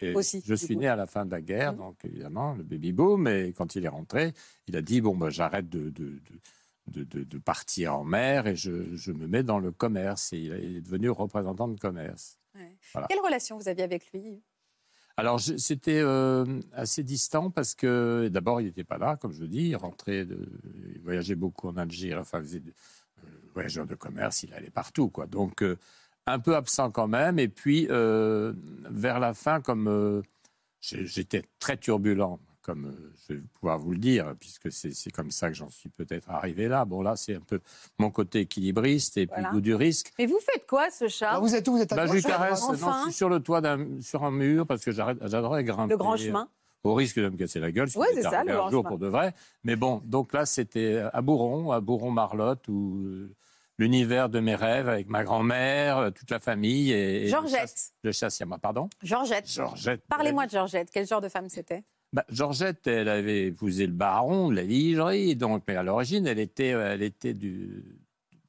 Et Aussi, je du suis coup. Mmh. né à la fin de la guerre, donc évidemment, le baby-boom. Et quand il est rentré, il a dit Bon, bah, j'arrête de, de- de- de- de- de partir en mer et je, je me mets dans le commerce. Et il a- il est devenu représentant de commerce. Ouais. Voilà. Quelle relation vous aviez avec lui Alors, je- c'était euh, assez distant parce que, d'abord, il n'était pas là, comme je le dis. Il rentrait, de- il voyageait beaucoup en Algérie, enfin, il faisait de- euh, voyageur de commerce, il allait partout, quoi. Donc, euh, un peu absent quand même. Et puis, euh, vers la fin, comme euh, j'ai- j'étais très turbulent, comme euh, je vais pouvoir vous le dire, puisque c'est c'est comme ça que j'en suis peut-être arrivé là. Bon, là, c'est un peu mon côté équilibriste et puis Voilà. goût du risque. Mais vous faites quoi, ce chat Ah, êtes où Vous êtes Bah, je lui caresse. Non, je Enfin, suis sur le toit d'un, sur un mur parce que j'arrête- j'adorais grimper. euh, Le grand chemin. Au risque de me casser la gueule, si Ouais, j'étais c'est ça, arrivé le grand un jour chemin. pour de vrai. Mais bon, donc là, c'était à Bouron, à Bouron-Marlotte, où euh, l'univers de mes rêves avec ma grand-mère, euh, toute la famille. Et, et Georgette. Le, chasse, le chasse-yama, pardon Georgette. Georgette. Parlez-moi de Georgette. Quel genre de femme c'était Bah, Georgette, elle avait épousé le baron de la Ligerie, donc, mais à l'origine, elle était, euh, elle était du,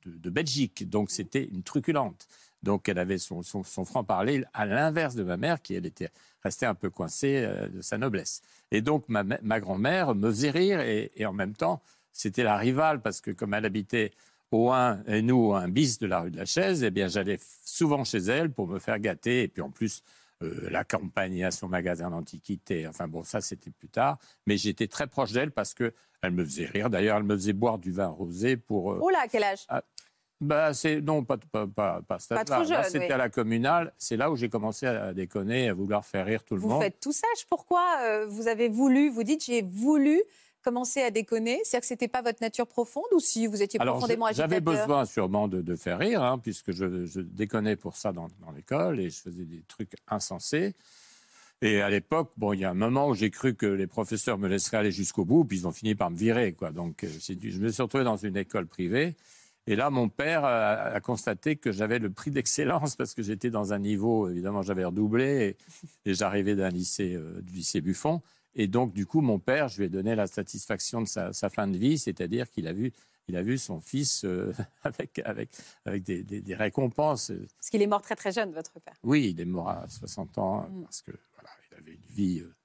de, de Belgique, donc c'était une truculente. Donc elle avait son, son, son franc-parler à l'inverse de ma mère, qui elle était restée un peu coincée euh, de sa noblesse. Et donc ma, ma- ma grand-mère me faisait rire, et, et en même temps, c'était la rivale, parce que comme elle habitait au 1 et nous au 1 bis de la rue de la Chaise, eh bien j'allais f- souvent chez elle pour me faire gâter, et puis en plus, euh, la campagne à son magasin d'antiquités. Enfin bon, ça c'était plus tard. Mais j'étais très proche d'elle parce que elle me faisait rire. D'ailleurs, elle me faisait boire du vin rosé pour. euh, Oh là, quel âge ah, bah, c'est non, pas pas pas pas, cet Pas âge-là. trop Là, jeune, C'était oui. à la communale. C'est là où j'ai commencé à déconner, à vouloir faire rire tout le Vous monde. faites tout sage. Pourquoi euh, vous avez voulu, vous dites, j'ai voulu commencer à déconner C'est-à-dire que ce n'était pas votre nature profonde ou si vous étiez Alors, profondément je- j'avais agitateur besoin sûrement de, de faire rire, hein, puisque je, je déconnais pour ça dans, dans l'école et je faisais des trucs insensés. Et à l'époque, bon, il y a un moment où j'ai cru que les professeurs me laisseraient aller jusqu'au bout, puis ils ont fini par me virer, quoi. Donc, euh, j'ai dû- je me suis retrouvé dans une école privée. Et là, mon père a, a constaté que j'avais le prix d'excellence parce que j'étais dans un niveau, évidemment, j'avais redoublé et, et j'arrivais d'un lycée, euh, du lycée Buffon. Et donc, du coup, mon père, je lui ai donné la satisfaction de sa, sa fin de vie, c'est-à-dire qu'il a vu, il a vu son fils euh, avec, avec, avec des, des- des récompenses. Parce qu'il est mort très très jeune, votre père. Oui, il est mort à 60 ans Mm. parce que voilà, il avait une vie euh,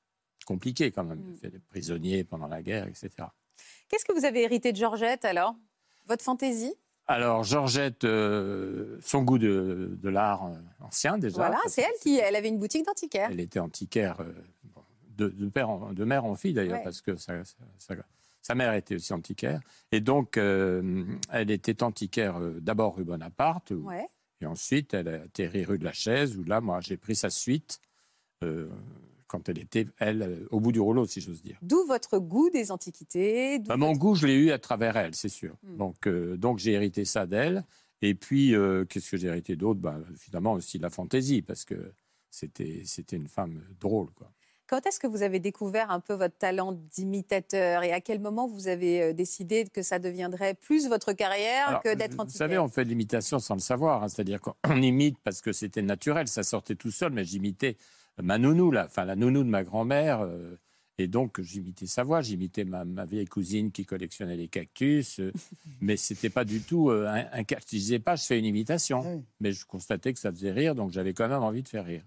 compliquée quand même. Mm. Il a fait des prisonniers pendant la guerre, etc. Qu'est-ce que vous avez hérité de Georgette alors Votre fantaisie Alors, Georgette, euh, son goût de, de l'art euh, ancien déjà. Voilà, parce c'est elle qui elle avait une boutique d'antiquaire. Elle était antiquaire euh, bon, de, de père en- de mère en fille d'ailleurs, Ouais. parce que sa, sa- sa- sa mère était aussi antiquaire. Et donc, euh, elle était antiquaire euh, d'abord rue Bonaparte, où- Ouais. et ensuite elle a atterri rue de la Chaise, où là, moi, j'ai pris sa suite euh, quand elle était, elle, euh, au bout du rouleau, si j'ose dire. D'où votre goût des antiquités. d'où- Bah, mon goût, je l'ai eu à travers elle, c'est sûr. Donc, euh, donc j'ai hérité ça d'elle. Et puis, euh, qu'est-ce que j'ai hérité d'autre bah, Finalement, aussi la fantaisie, parce que c'était c'était une femme drôle. Quoi. Quand est-ce que vous avez découvert un peu votre talent d'imitateur et à quel moment vous avez euh, décidé que ça deviendrait plus votre carrière Alors, Ah, que d'être Vous savez, antiquaire on fait de l'imitation sans le savoir. hein. C'est-à-dire qu'on imite parce que c'était naturel, ça sortait tout seul, mais j'imitais ma nounou, là, enfin la nounou de ma grand-mère. euh, et donc, j'imitais sa voix, j'imitais ma, ma vieille cousine qui collectionnait les cactus. euh, mais c'était pas du tout euh, un, un cactus. Je disais pas, je fais une Ah imitation. Mais je constatais que ça faisait rire, donc j'avais quand même envie de faire rire.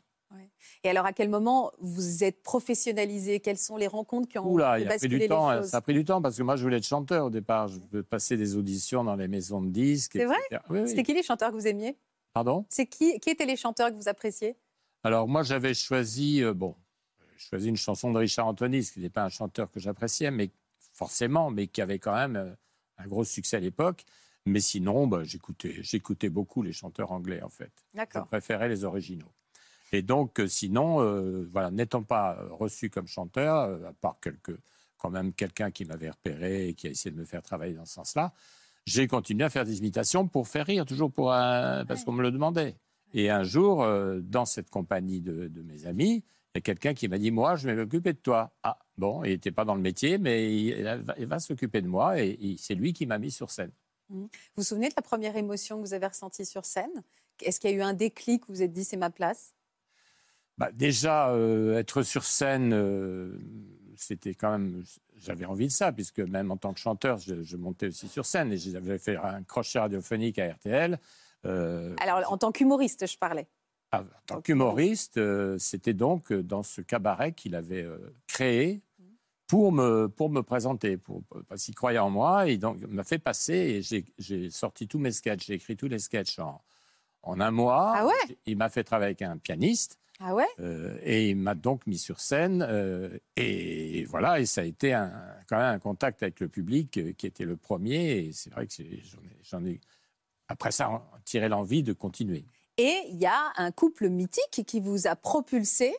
Et alors à quel moment vous êtes professionnalisé Quelles sont les rencontres qui ont Oula, fait il a pris basculer les du temps. hein. choses Ça a pris du temps parce que moi, je voulais être chanteur au départ. Je veux passer des auditions dans les maisons de disques. C'est vrai etc. Oui, oui. C'était qui les chanteurs que vous aimiez Pardon C'est qui, qui étaient les chanteurs que vous appréciez Alors moi, j'avais choisi, euh, bon, j'ai choisi une chanson de Richard Anthony, ce qui n'est pas un chanteur que j'appréciais, mais forcément, mais qui avait quand même euh, un gros succès à l'époque. Mais sinon, bah, j'écoutais, j'écoutais beaucoup les chanteurs anglais, en fait. Je D'accord. préférais les originaux. Et donc, euh, sinon, euh, voilà, n'étant pas euh, reçu comme chanteur, euh, à part quelques, quand même quelqu'un qui m'avait repéré et qui a essayé de me faire travailler dans ce sens-là, j'ai continué à faire des imitations pour faire rire, toujours pour un- parce qu'on me le demandait. Et un jour, euh, dans cette compagnie de, de mes amis, il y a quelqu'un qui m'a dit Moi, je vais m'occuper de toi. Ah, bon, il n'était pas dans le métier, mais il, il va, il va s'occuper de moi et, il- c'est lui qui m'a mis sur scène. Mhm. Vous vous souvenez de la première émotion que vous avez ressentie sur scène Est-ce qu'il y a eu un déclic où vous vous êtes dit c'est ma place Bah, déjà, euh, être sur scène, euh, c'était quand même. J'avais envie de ça, puisque même en tant que chanteur, je, je montais aussi sur scène et j'avais fait un crochet radiophonique à RTL. euh, Ah, Alors en tant qu'humoriste, je parlais. Ah, en tant qu'humoriste, euh, c'était donc euh, dans ce cabaret qu'il avait euh, créé pour me, pour me présenter, pour, parce qu'il croyait en moi. Et donc, il m'a fait passer et j'ai- j'ai sorti tous mes sketchs, j'ai écrit tous les sketchs en, en un mois. Ah ouais Il m'a fait travailler avec un pianiste. Ah ouais Euh, et il m'a donc mis sur scène. euh, et voilà, et ça a été un, quand même un contact avec le public euh, qui était le premier. Et c'est vrai que c'est- j'en ai, j'en ai, après ça, en- tiré l'envie de continuer. Et il y a un couple mythique qui vous a propulsé.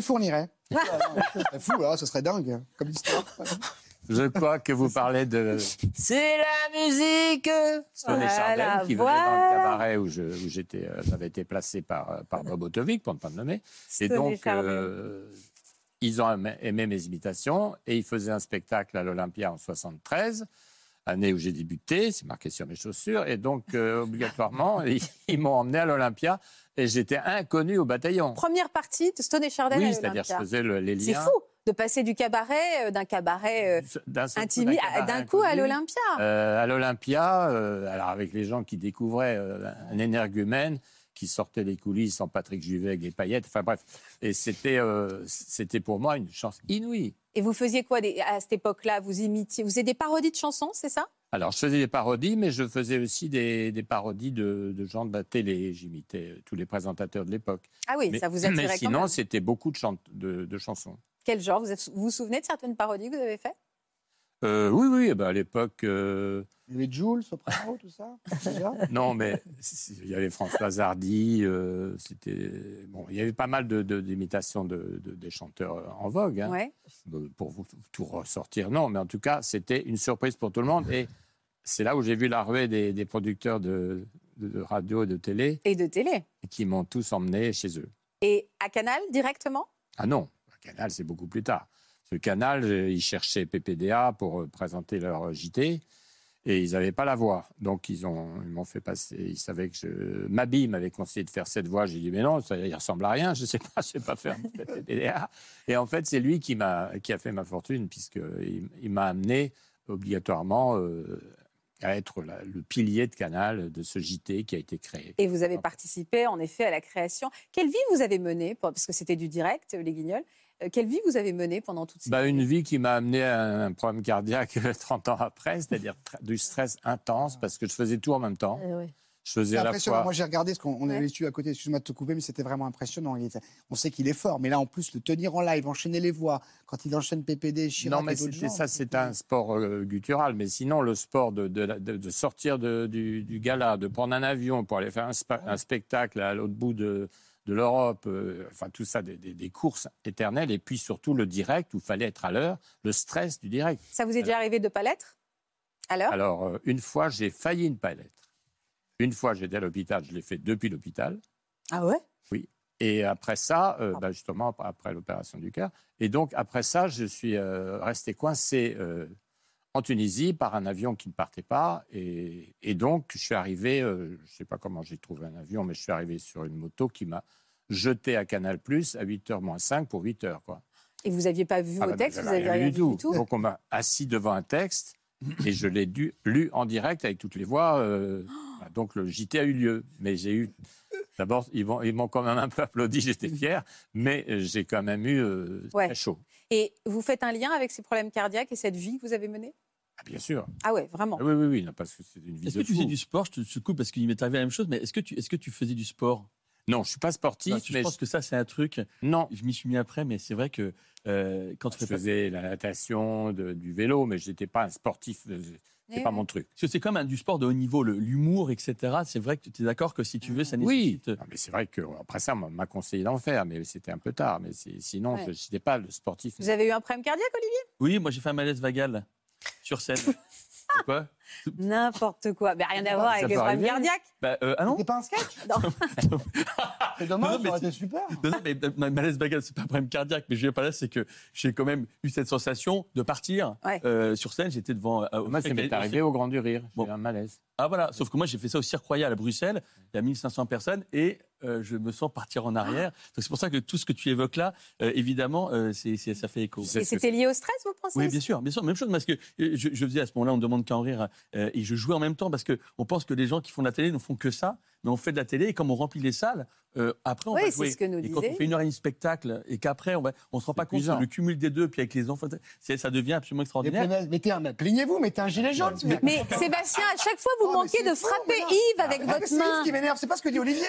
fournirait. C'est fou, hein, ce serait dingue hein, comme histoire. Je crois que vous parlez de C'est la musique Stoney Chardin, qui venait dans le cabaret où je- où j'étais, euh, j'avais été placé par, euh, par Bobotovic, pour ne pas le nommer. et Stoney donc, Chardin. euh, ils ont aimé, aimé mes imitations et ils faisaient un spectacle à l'Olympia en 73, année où j'ai débuté, c'est marqué sur mes chaussures. Et donc, euh, obligatoirement, ils, ils m'ont emmené à l'Olympia et j'étais inconnu au bataillon. Première partie de Stone et Chardin à Oui, c'est-à-dire je l'Olympia. faisais le- les C'est liens. fou de passer du cabaret, euh, d'un cabaret euh, d'un seul coup, intimi d'un à- cabaret d'un coup à inconnu. l'Olympia. Euh, à l'Olympia, euh, alors avec les gens qui découvraient euh, un énergumène qui sortait des coulisses en Patrick Juvet avec des paillettes, enfin bref. Et c'était euh, c'était pour moi une chance inouïe. Et vous faisiez quoi des- à cette époque-là Vous imitiez, vous faisiez des parodies de chansons, c'est ça Alors, je faisais des parodies, mais je faisais aussi des, des parodies de, de gens de la télé. J'imitais euh, tous les présentateurs de l'époque. Ah oui, Mais- ça vous attirait Mais quand même. sinon, c'était beaucoup de, chant- de, de chansons. Quel genre vous, êtes- vous vous souvenez de certaines parodies que vous avez faites Euh, oui, oui, eh ben, à l'époque... euh, Les Jules, Soprano, tout ça. déjà. Non, mais c- il y avait François Hardy, euh, c'était bon, il y avait pas mal de- de- d'imitations de, de- des chanteurs euh, en vogue. hein. Ouais. Euh, Pour vous tout ressortir, non, mais en tout cas, c'était une surprise pour tout le monde. Et c'est là où j'ai vu la ruée des, des producteurs de, de radio et de télé et de télé qui m'ont tous emmené chez eux. Et à Canal directement Ah non, le canal, c'est beaucoup plus tard. Ce canal, euh, ils cherchaient PPDA pour euh, présenter leur euh, JT et ils n'avaient pas la voix. Donc ils ont- ils m'ont fait passer. Ils savaient que je. Mabi m'avait conseillé de faire cette voix. J'ai dit, mais non, ça il ressemble à rien, je ne sais pas, je sais pas faire PPDA. Et en fait, c'est lui qui, m'a, qui a fait ma fortune, puisqu'il il, m'a amené obligatoirement euh, à être la- le pilier de canal de ce JT qui a été créé. Et vous avez participé en effet à la création. Quelle vie vous avez menée pour- Parce que c'était du direct, euh, les Guignols. Euh, Quelle vie vous avez menée pendant toute cette Bah, une vie qui m'a amené à un un problème cardiaque 30 ans après, c'est-à-dire tra- du stress intense parce que je faisais tout en même temps. Je faisais C'est à la impressionnant. fois. Moi, j'ai regardé ce qu'on on avait su à côté. Excuse-moi de te couper, mais c'était vraiment impressionnant. Il était- on sait qu'il est fort, mais là, en plus, le tenir en live, enchaîner les voix, quand il enchaîne PPD, Chirac Non, mais et d'autres c'était gens. hein, ça, c'est un sport euh, guttural. Mais sinon, le sport de, de la- de- de sortir de- du, du gala, de prendre un avion pour aller faire un, spa- un spectacle à l'autre bout de, de l'Europe, euh, enfin tout ça, des, des- des courses éternelles. Et puis surtout le direct où il fallait être à l'heure, le stress du direct. Ça vous est déjà arrivé de pas l'être À l'heure Alors, euh, une fois, j'ai failli ne pas l'être. Une fois, j'étais à l'hôpital, je l'ai fait depuis l'hôpital. Ah ouais Oui. Et après ça, euh, bah, justement, ap- après l'opération du cœur. Et donc, après ça, je suis euh, resté coincé euh, en Tunisie par un avion qui ne partait pas. Et, et donc, je suis arrivé, euh, je ne sais pas comment j'ai trouvé un avion, mais je suis arrivé sur une moto qui m'a jeté à Canal Plus à 8h moins 5 pour 8h. Quoi. Et vous n'aviez pas vu Ah vos bah, textes, vous j'avais n'aviez rien vu du tout. Donc on m'a assis devant un texte et je l'ai dû- lu en direct avec toutes les voix. euh, voilà. donc le JT a eu lieu, mais j'ai eu. D'abord, ils m'ont ils m'ont quand même un peu applaudi, j'étais fier, mais euh, j'ai quand même eu euh, Ouais. très chaud. Et vous faites un lien avec ces problèmes cardiaques et cette vie que vous avez menée Ah, bien sûr. Ah ouais, vraiment. Ah Oui, oui, oui, non, parce que c'est une vie Est-ce de que tu faisais fou. du sport Je te je te coupe parce qu'il m'est arrivé la même chose, mais est-ce que tu, est-ce que tu faisais du sport Non, je suis pas sportif. je mais pense que ça, c'est un truc. Non. Je m'y suis mis après, mais c'est vrai que euh, quand tu Je faisais la natation, de- du vélo, mais je n'étais pas un sportif. euh, C'est Eh pas oui. mon truc. Parce que c'est comme un, du sport de haut niveau, le- l'humour, etc. C'est vrai que tu es d'accord que si tu veux, ça Oui, nécessite. Non, mais c'est vrai que après ça, on m'a- m'a conseillé d'en faire, mais c'était un peu tard. Mais c'est- sinon, Ouais. je n'étais pas le sportif. Vous avez eu un problème cardiaque, Olivier Oui, moi j'ai fait un malaise vagal sur scène. C'est quoi N'importe quoi. Mais rien à voir Ça avec les peut problèmes arriver. cardiaques. Bah, euh, Ah non C'était pas un sketch Non. C'est dommage, Non, non, mais ça aurait été super. Non, non, mais ma- ma- malaise vagal, c'est pas un problème cardiaque, mais je viens pas là, c'est que j'ai quand même eu cette sensation de partir Ouais. euh, sur scène. J'étais devant. Moi, ça m'est arrivé au Grand du Rire. J'ai eu un malaise. Ah voilà, sauf que moi j'ai fait ça au Cirque Royal à Bruxelles, il y a 1500 personnes et euh, je me sens partir en arrière. Donc c'est pour ça que tout ce que tu évoques là, euh, évidemment, euh, c'est- c'est- ça fait écho. Et c'était lié au stress, vous pensez Oui, bien sûr, bien sûr. Même chose, parce que euh, je, je faisais à ce moment-là, on ne demande qu'à en rire, euh, et je jouais en même temps, parce que on pense que les gens qui font de la télé ne font que ça, mais on fait de la télé et comme on remplit les salles, euh, après on Oui, va c'est jouer. ce que nous et quand disait. on fait une heure et demie de spectacle et qu'après on, va- on se rend pas compte épuisant. le cumul des deux, puis avec les enfants, c'est- ça devient absolument Mais extraordinaire. punaise, mettez un- Plaignez-vous, mettez un gilet jaune. Mais- Mais Sébastien, à chaque fois, Oh, vous manquez de frapper Yves avec Ah, mais votre c'est Yves main. qui m'énerve, c'est pas ce que dit Olivier.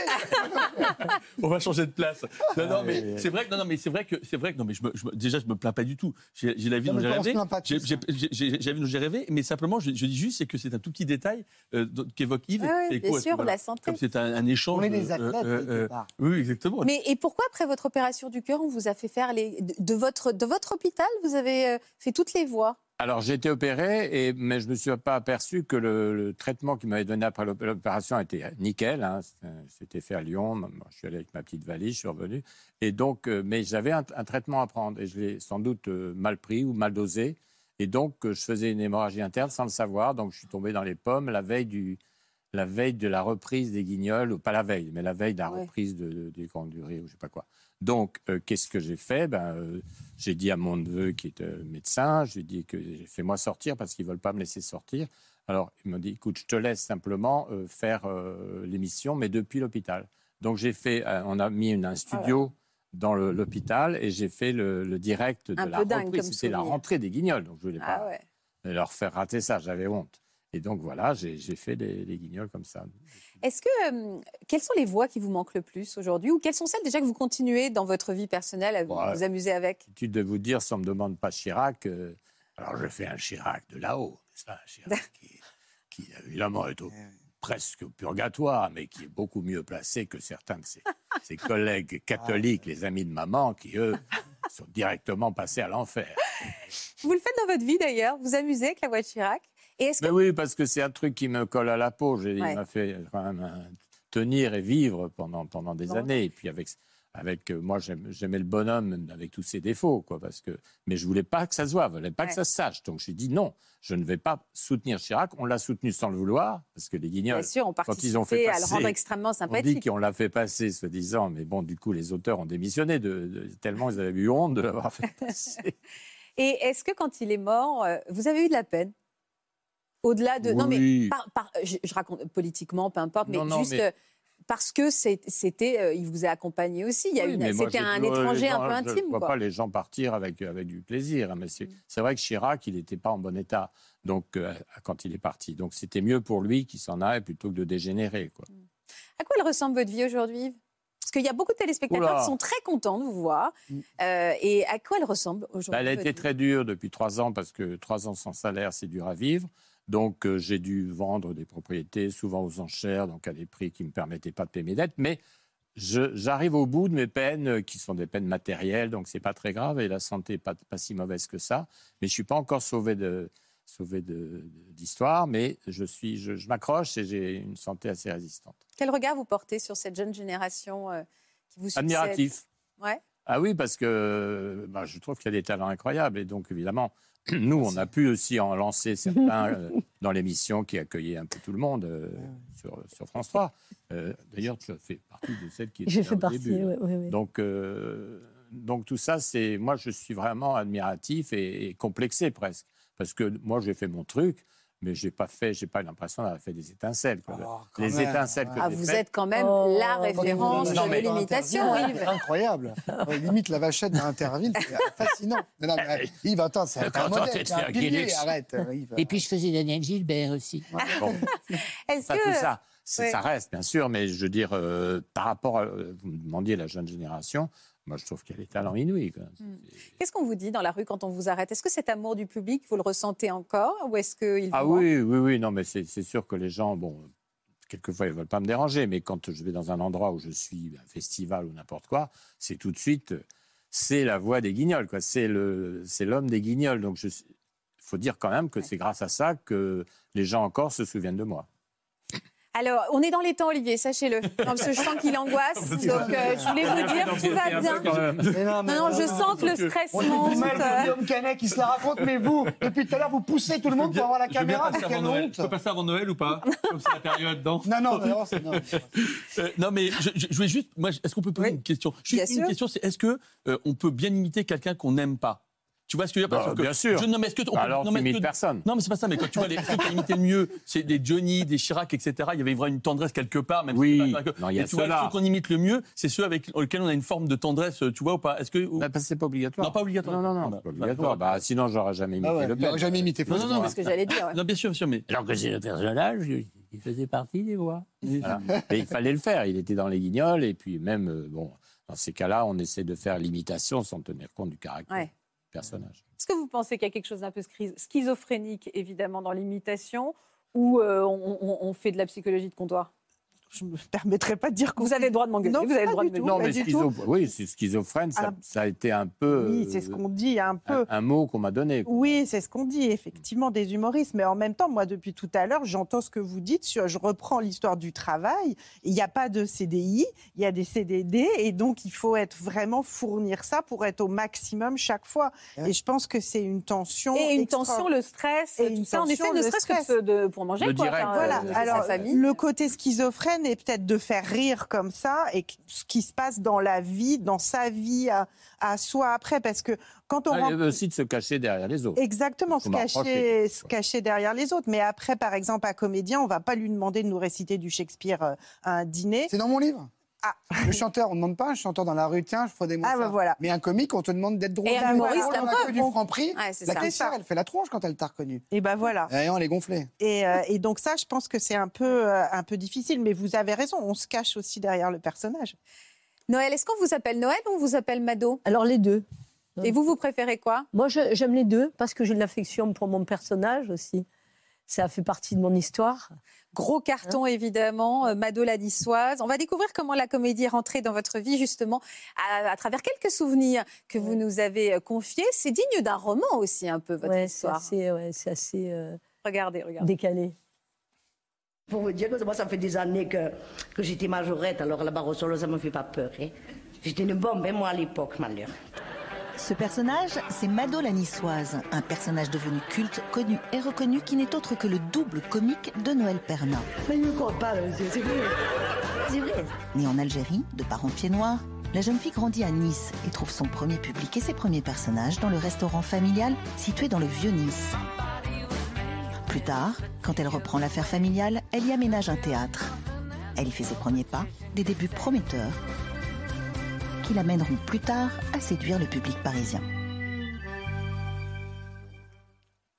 On va changer de place. Non, non, Ah, oui, oui. mais c'est vrai que non, non, mais c'est vrai que c'est vrai que non, mais je me- je me- déjà je me plains pas du tout. J'ai j'ai la vie Non, dont mais j'ai on se rêvé. plaint pas de J'ai tout j'ai- j'ai- j'ai- j'ai la vie dont j'ai rêvé, mais simplement je, je dis juste c'est que c'est un tout petit détail euh, dont- qu'évoque Yves. Ah oui, et bien quoi, sûr, parce que, la santé. Comme c'est un, un échange. euh, On est euh, des athlètes, quelque part. oui, oui, exactement. Mais et pourquoi après votre opération du cœur, on vous a fait faire les de, de votre de votre hôpital, vous avez euh, fait toutes les voies Alors, j'ai été opéré, et, mais je ne me suis pas aperçu que le, le traitement qu'ils m'avaient donné après l'op- l'opération était nickel. hein. C'était fait à Lyon. Moi, Je suis allé avec ma petite valise, je suis revenu. Et donc, euh, mais j'avais un, un traitement à prendre et je l'ai sans doute euh, mal pris ou mal dosé. Et donc, euh, je faisais une hémorragie interne sans le savoir. Donc, je suis tombé dans les pommes la veille, du, la veille de la reprise des guignols, ou pas la veille, mais la veille de la Ouais. reprise de- de- des grandes durées ou je sais pas quoi. Donc, euh, qu'est-ce que j'ai fait ben, euh, J'ai dit à mon neveu qui est euh, médecin, je lui ai dit que fais-moi sortir parce qu'ils ne veulent pas me laisser sortir. Alors, ils m'ont dit, écoute, je te laisse simplement euh, faire euh, l'émission, mais depuis l'hôpital. Donc, j'ai fait, euh, on a mis une- Ah un studio dans le- l'hôpital et j'ai fait le, le direct de Un la peu dingue reprise. comme C'était la souvenir. rentrée des guignols, donc je voulais Ah pas ouais. leur faire rater ça, j'avais honte. Et donc, voilà, j'ai j'ai fait les, les guignols comme ça. Est-ce que euh, quelles sont les voies qui vous manquent le plus aujourd'hui ou quelles sont celles déjà que vous continuez dans votre vie personnelle à vous, Ouais. vous amuser avec L'habitude de vous dire, si on ne me demande pas Chirac, euh, alors je fais un Chirac de là-haut. C'est ça, un Chirac qui, qui, évidemment, est Eh au- presque au purgatoire, mais qui est beaucoup mieux placé que certains de ses, ses collègues catholiques, Ah les amis de maman, qui, eux, sont directement passés à l'enfer. Vous le faites dans votre vie d'ailleurs, vous amusez avec la voix de Chirac. Et est-ce que Mais Ben oui, parce que c'est un truc qui me colle à la peau. J'ai- Ouais. Il m'a fait quand même euh, tenir et vivre pendant, pendant des Pendant années. Et puis avec, avec euh, moi, j'aime- j'aimais le bonhomme avec tous ses défauts, quoi, parce que, mais je voulais pas que ça se voie, je voulais pas Ouais. que ça se sache. Donc j'ai dit non, je ne vais pas soutenir Chirac. On l'a soutenu sans le vouloir, parce que les guignols, bien sûr on quand ils ont fait participait à le passer- rendre extrêmement on dit sympathique qu'on l'a fait passer, soi-disant, mais bon, du coup, les auteurs ont démissionné de, de- tellement ils avaient eu honte de l'avoir fait passer. Et est-ce que quand il est mort, euh, vous avez eu de la peine Au-delà de. Non, mais Oui. par- par- je, je raconte politiquement, peu importe, mais Non, non, juste. mais- euh, Parce que c'est- c'était, euh, il vous a accompagné aussi. Il y a Oui, une- mais moi, c'était j'ai un toujours- les étranger gens, un peu Je intime. ne vois quoi. Mm. pas les gens partir avec, avec du plaisir. hein, mais c'est c'est vrai que Chirac, il n'était pas en bon état donc, euh, quand il est parti. Donc c'était mieux pour lui qu'il s'en aille plutôt que de dégénérer. Quoi. À quoi elle ressemble votre vie aujourd'hui Parce qu'il y a beaucoup de téléspectateurs Oula. qui sont très contents de vous voir. Euh, et à quoi elle ressemble aujourd'hui Bah, elle a votre été vie très dure depuis trois ans parce que trois ans sans salaire, c'est dur à vivre. Donc euh, j'ai dû vendre des propriétés, souvent aux enchères, donc à des prix qui ne me permettaient pas de payer mes dettes. Mais je- j'arrive au bout de mes peines, euh, qui sont des peines matérielles, donc c'est pas très grave. Et la santé n'est pas, pas si mauvaise que ça. Mais je suis pas encore sauvé de sauvé de- de- d'histoire, mais je suis, je, je m'accroche et j'ai une santé assez résistante. Quel regard vous portez sur cette jeune génération euh, qui vous succède Admiratif. Ouais. Ah oui, parce que euh, bah, je trouve qu'il y a des talents incroyables. Et donc, évidemment, nous, on a pu aussi en lancer certains euh, dans l'émission qui accueillait un peu tout le monde euh, sur, sur France 3. Euh, D'ailleurs, tu as fait partie de celle qui était J'ai là fait au partie, début. ouais, ouais, ouais. Donc, euh, donc, tout ça, c'est. Moi, je suis vraiment admiratif et, et complexé presque. Parce que moi, j'ai fait mon truc. Mais j'ai pas fait, j'ai pas l'impression d'avoir fait des étincelles. quoi. les Ah, Oh, même, étincelles que Ah, j'ai vous faites- êtes quand même la référence de hein. l'imitation, C'est Yves. incroyable. Ouais, Limite la vachette d'un Interville, c'est fascinant. Non, non, mais, euh, Yves, attends, c'est un Quand on modèle, t'est c'est fait un un pilier, Guinness. arrête, euh, Yves. Et puis je faisais Daniel Gilbert aussi. Bon. Est-ce Ça, que- tout ça, c'est- Ouais. ça reste, bien sûr, mais je veux dire, euh, par rapport à. Vous me demandiez la jeune génération, moi je trouve qu'elle est talent inouï. quoi. Qu'est-ce qu'on vous dit dans la rue quand on vous arrête Est-ce que cet amour du public, vous le ressentez encore Ou est-ce qu'il Ah vous manque oui, oui, oui, non, mais c'est c'est sûr que les gens, bon, quelquefois ils veulent pas me déranger, mais quand je vais dans un endroit où je suis, un festival ou n'importe quoi, c'est tout de suite, euh, c'est la voix des guignols, quoi. C'est le- c'est l'homme des guignols. Donc il faut dire quand même que c'est grâce à ça que les gens encore se souviennent de moi. Alors, on est dans les temps, Olivier, sachez-le. Non, Parce que je sens qu'il angoisse. donc, euh, je voulais Ah, vous dire, tout va bien. non, Non, non, je sens que le stress On dit monte. euh, du mal de Guillaume Canet qui se la raconte, mais vous, depuis tout à l'heure, vous poussez tout le monde pour avoir la Je veux bien caméra, passer mais quelle avant Noël. honte Je peux passer avant Noël ou pas Comme c'est la période, non Non, non, non, c'est- non. Euh, non, mais je, je- je voulais juste. Moi, je- est-ce qu'on peut poser une question Juste bien une sûr. question, c'est est-ce que euh, on peut bien imiter quelqu'un qu'on n'aime pas Tu vois ce que je veux dire Bah, Parce que- bien sûr. Je, non, mais est-ce que on Alors, Oh, non, tu mais est-ce imites que- personne. Non, mais c'est pas ça. Mais quand tu vois les ceux qui imitaient le mieux, c'est des Johnny, des Chirac, etc. Il y avait vraiment une tendresse quelque part. Même Oui. si c'est pas- Non, il y a Et tu vois, ceux-là. ceux qu'on imite le mieux, c'est ceux avec lesquels on a une forme de tendresse, euh, tu vois ou pas Est-ce que Bah, c'est pas obligatoire. Non, pas obligatoire. Non, non, non. Pas obligatoire. Bah, sinon, j'aurais jamais imité Ah ouais, Le il Pen. aurait jamais imité Non, non, non, Faussement, mais- hein. C'est ce que j'allais bah. dire, ouais. Non, bien sûr, bien sûr, mais. Alors que c'est le personnage, il faisait partie des voix. Voilà. Mais il fallait le faire. Il était dans les guignols. Et puis, même, euh, bon, dans ces cas-là, on essaie de faire l'imitation sans tenir compte du caractère Ouais. du personnage. Est-ce que vous pensez qu'il y a quelque chose d'un peu schi- schizophrénique, évidemment, dans l'imitation, ou euh, on, on- on fait de la psychologie de comptoir Je ne me permettrai pas de dire que vous avez le droit de m'engueuler. Non, vous avez pas le droit du de me tout, dire. non, mais schizo- oui, c'est schizophrène, ça, Ah. ça a été un peu. Oui, c'est ce euh, qu'on dit un peu. un, un mot qu'on m'a donné. quoi. Oui, c'est ce qu'on dit, effectivement, des humoristes. Mais en même temps, moi, depuis tout à l'heure, j'entends ce que vous dites. sur- Je reprends l'histoire du travail. Il n'y a pas de CDI, il y a des CDD. Et donc, il faut être vraiment fournir ça pour être au maximum chaque fois. Ah. Et je pense que c'est une tension. Et une extra- tension, le stress, Et tout une ça, en tension, effet, ne le serait-ce que de stress. se- de- pour manger. quoi, faire, euh, voilà. de- de sa Alors, famille. le côté schizophrène est peut-être de faire rire comme ça et que- ce qui se passe dans la vie, dans sa vie à, à soi après. Parce que quand on Ah, rentre- et aussi de se cacher derrière les autres. Exactement, Parce se qu'on m'approche cacher, se cacher derrière les autres. Mais après, par exemple, un comédien, on va pas lui demander de nous réciter du Shakespeare euh, à un dîner. C'est dans mon livre. Le chanteur, on ne demande pas un chanteur dans la rue, tiens, je ferai des mots. Ah, bah voilà. Mais un comique, on te demande d'être drôle. Et un Voilà, humoriste, on la l'a preuve, connu on- Franprix. Ouais, c'est La ça. caissière, C'est ça. elle fait la tronche quand elle t'a reconnu. Et ben voilà. Et on les gonflait. Et, euh, et donc ça, je pense que c'est un peu, euh, un peu difficile. Mais vous avez raison, on se cache aussi derrière le personnage. Noël, est-ce qu'on vous appelle Noël ou on vous appelle Mado Alors les deux. Et vous, vous préférez quoi Moi, je- j'aime les deux parce que j'ai de l'affection pour mon personnage aussi. Ça fait partie de mon histoire. Hein Gros carton, évidemment, euh, Mado la niçoise. On va découvrir comment la comédie est rentrée dans votre vie, justement, à, à travers quelques souvenirs que vous nous avez euh, confiés. C'est digne d'un roman aussi, un peu, votre Ouais, c'est histoire. assez, ouais, c'est assez euh, Regardez, regardez. décalé. Pour vous dire que moi, ça fait des années que, que j'étais majorette, alors là-bas, au sol, ça me fait pas peur. hein. J'étais une bombe, hein, moi, à l'époque, malheur. Ce personnage, c'est Mado la Niçoise, un personnage devenu culte, connu et reconnu qui n'est autre que le double comique de Noël Pernin. Mais il me croit pas, là, monsieur, c'est vrai. C'est vrai. Née en Algérie, de parents pieds noirs, la jeune fille grandit à Nice et trouve son premier public et ses premiers personnages dans le restaurant familial situé dans le vieux Nice. Plus tard, quand elle reprend l'affaire familiale, elle y aménage un théâtre. Elle y fait ses premiers pas, des débuts prometteurs, qui l'amèneront plus tard à séduire le public parisien.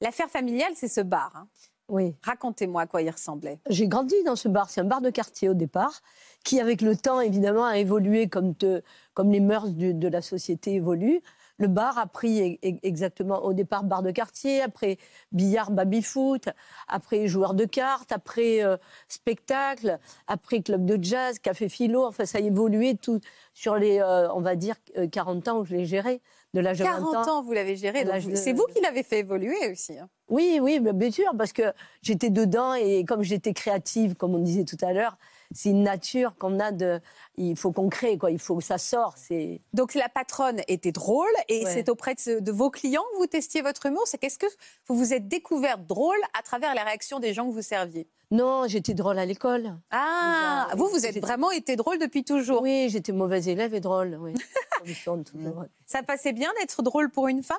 L'affaire familiale, c'est ce bar. hein. Oui. Racontez-moi à quoi il ressemblait. J'ai grandi dans ce bar. C'est un bar de quartier au départ, qui, avec le temps, évidemment, a évolué comme, te- comme les mœurs du- de la société évoluent. Le bar a pris e- e- exactement au départ bar de quartier, après billard, baby-foot, après joueurs de cartes, après euh, spectacle, après club de jazz, café philo. Enfin, ça a évolué tout sur les, euh, on va dire, euh, 40 ans où je l'ai géré. De l'âge de 20 40 ans, vous l'avez géré. donc L'âge vous- de- C'est vous qui l'avez fait évoluer aussi. hein. Oui, oui, mais bien sûr, parce que j'étais dedans et comme j'étais créative, comme on disait tout à l'heure, c'est une nature qu'on a de. Il faut qu'on crée, quoi. Il faut que ça sorte. C'est. Donc la patronne était drôle et Ouais. c'est auprès de, ce- de vos clients que vous testiez votre humour. C'est qu'est-ce que vous vous êtes découverte drôle à travers la réaction des gens que vous serviez Non, j'étais drôle à l'école. Ah, vous, vous êtes vraiment été drôle depuis toujours. Oui, j'étais mauvaise élève et drôle. Oui. Condition de tout drôle. Ça passait bien d'être drôle pour une femme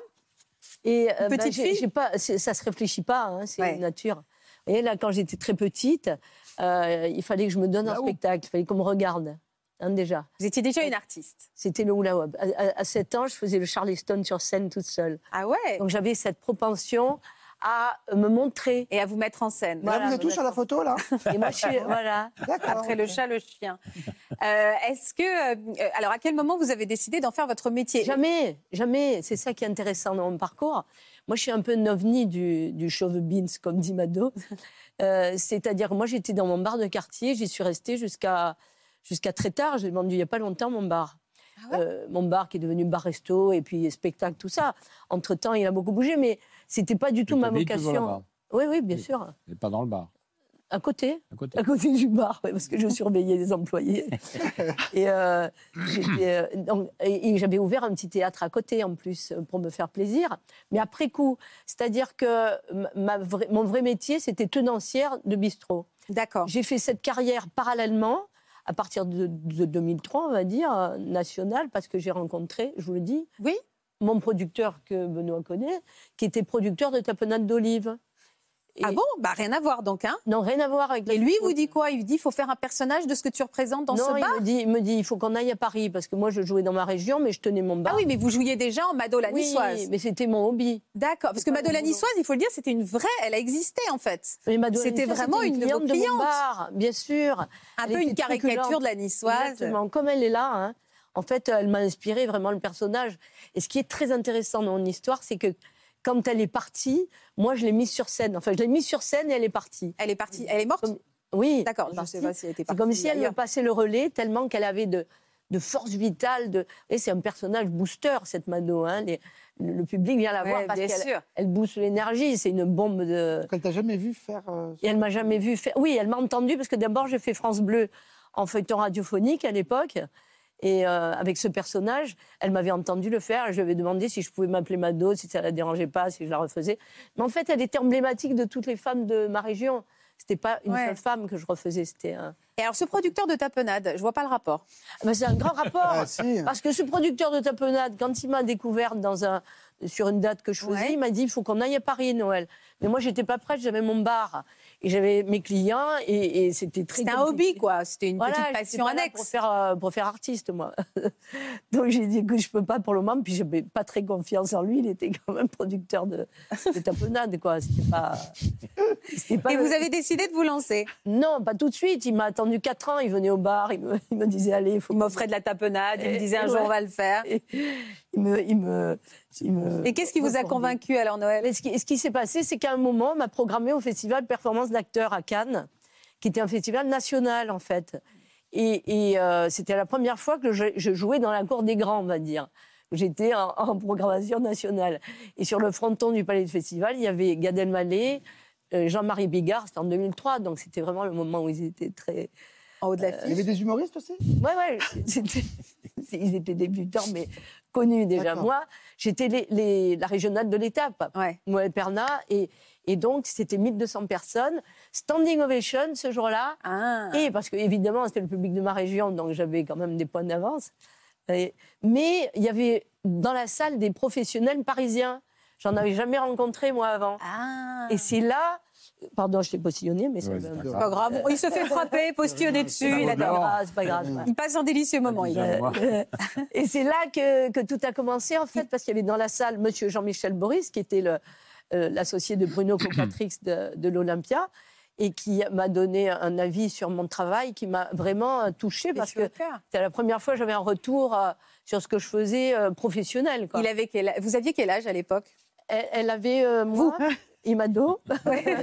Et euh, Petite bah, j'ai- fille j'ai pas, c'est- ça se réfléchit pas, hein, c'est une nature. Vous voyez, là, quand j'étais très petite, euh, il fallait que je me donne un spectacle, il fallait qu'on me regarde, hein, déjà. Vous étiez déjà une artiste. C'était le hula hoop. À, à- à 7 ans, je faisais le Charleston sur scène toute seule. Ah ouais Donc j'avais cette propension à me montrer. Et à vous mettre en scène. Bah, Mais là, vous êtes tous sur la photo, là Et moi, je suis- voilà. Après le chat, le chien. Euh, Est-ce que. euh, alors, à quel moment vous avez décidé d'en faire votre métier Jamais, jamais. C'est ça qui est intéressant dans mon parcours. Moi, je suis un peu un ovni du, du showbiz, comme dit Mado. Euh, C'est-à-dire, que moi, j'étais dans mon bar de quartier, j'y suis restée jusqu'à jusqu'à très tard. J'ai vendu il n'y a pas longtemps mon bar. Euh, mon bar qui est devenu bar-resto et puis spectacle, tout ça. Entre-temps, il a beaucoup bougé, mais c'était pas du tout ma t'habilles toujours vocation. là-bas Oui, oui, bien sûr. Mais pas dans le bar. À côté, à côté. du bar, ouais, parce que je surveillais les employés. et euh, j'étais, euh, donc, et- et j'avais ouvert un petit théâtre à côté, en plus, euh, pour me faire plaisir. Mais après coup, c'est-à-dire que ma- ma vraie- mon vrai métier, c'était tenancière de bistrot. D'accord. J'ai fait cette carrière parallèlement, à partir de, de 2003, on va dire, euh, nationale, parce que j'ai rencontré, je vous le dis, oui mon producteur que Benoît connaît, qui était producteur de tapenade d'olive. Ah bon Bah rien à voir donc, hein Non, rien à voir avec Et lui, il vous dit quoi Il vous dit, il faut faire un personnage de ce que tu représentes dans Bah, non, ce il bar me dit, il me dit, il faut qu'on aille à Paris parce que moi, je jouais dans ma région, mais je tenais mon bar. Ah oui, mais vous jouiez déjà en Mado la Oui, niçoise. mais c'était mon hobby. D'accord, parce que Mado la niçoise, il faut le dire, c'était une vraie, elle a existé en fait. Mais Madonna C'était Niçoise, vraiment une de vos cliente de mon clientes. bar, bien sûr. Un Elle peu une était truculente. caricature de la niçoise. Exactement, comme elle est là. hein. En fait, elle m'a inspiré vraiment le personnage. Et ce qui est très intéressant dans mon histoire, c'est que quand elle est partie, moi, je l'ai mise sur scène. Enfin, je l'ai mise sur scène et elle est partie. Elle est partie. Elle est morte Oui. D'accord, je ne sais pas si elle était C'est comme partie si elle ailleurs. me passait le relais tellement qu'elle avait de, de force vitale. De... Et c'est un personnage booster, cette Mano. hein. Les- le public vient la Ouais, voir parce bien qu'elle sûr. elle booste l'énergie. C'est une bombe de. Elle t'a jamais vu faire. euh, Et elle m'a jamais vu faire. Oui, elle m'a entendu parce que d'abord j'ai fait France Bleu en feuilleton radiophonique à l'époque. Et euh, avec ce personnage, elle m'avait entendu le faire. Et je lui avais demandé si je pouvais m'appeler Mado, si ça la dérangeait pas, si je la refaisais. Mais en fait, elle était emblématique de toutes les femmes de ma région. C'était pas une Ouais. seule femme que je refaisais, c'était un. Et alors ce producteur de tapenade, je vois pas le rapport. Ben, c'est un grand rapport. Ah, si. Parce que ce producteur de tapenade, quand il m'a découverte dans un, sur une date que je faisais, il m'a dit il faut qu'on aille à Paris, Noël. Mais moi, j'étais pas prête, j'avais mon bar. Et j'avais mes clients, et, et c'était très. C'était un hobby, quoi. C'était une petite passion annexe. Pour faire, euh, pour faire artiste, moi. Donc j'ai dit que je peux pas pour le moment, puis j'avais pas très confiance en lui. Il était quand même producteur de, de tapenade, quoi. C'était pas. Et vous avez décidé de vous lancer Non, pas tout de suite. Il m'a attendu 4 ans. Il venait au bar, il me, il me disait allez, faut. Il m'offrait de la tapenade. Il me disait un jour on va le faire. Il me, il me, il me- Et qu'est-ce qui vous a me- convaincu alors Noël Mais ce qui, ce qui s'est passé, c'est qu'à un moment, on m'a programmé au festival Performance d'acteurs à Cannes, qui était un festival national, en fait. Et, et, euh, c'était la première fois que je, je jouais dans la cour des grands, on va dire. J'étais en, en programmation nationale. Et sur le fronton du palais de festival, il y avait Gad Elmaleh, euh, Jean-Marie Bigard, c'était en 2003, donc c'était vraiment le moment où ils étaient très... En haut de la fiche. Il y avait des humoristes aussi Ouais, ouais. c'était- Ils étaient débutants, mais connus déjà. D'accord. Moi, j'étais les- les- la régionale de l'étape, Noël Perna. Et, et donc, c'était 1200 personnes. Standing ovation ce jour-là. Ah. Et parce que, évidemment, c'était le public de ma région, donc j'avais quand même des points d'avance. Et- Mais il y avait dans la salle des professionnels parisiens. J'en avais jamais rencontré, moi, avant. Ah. Et c'est là. Pardon, je t'ai postillonné, mais Ouais, ça c'est Bah, pas grave. Il se fait frapper, postillonner dessus, il C'est pas adore. grave, Ah, C'est pas grave. voilà. Il passe un délicieux moment. il- Euh, et c'est là que, que tout a commencé, en fait, parce qu'il y avait dans la salle Monsieur Jean-Michel Boris, qui était le, euh, l'associé de Bruno Copatrix de, de l'Olympia, et qui m'a donné un avis sur mon travail qui m'a vraiment euh, touchée, parce que c'était la première fois que j'avais un retour euh, sur ce que je faisais euh, professionnel. quoi. Il avait quel- Vous aviez quel âge à l'époque Elle, elle avait, euh, moi, Imado.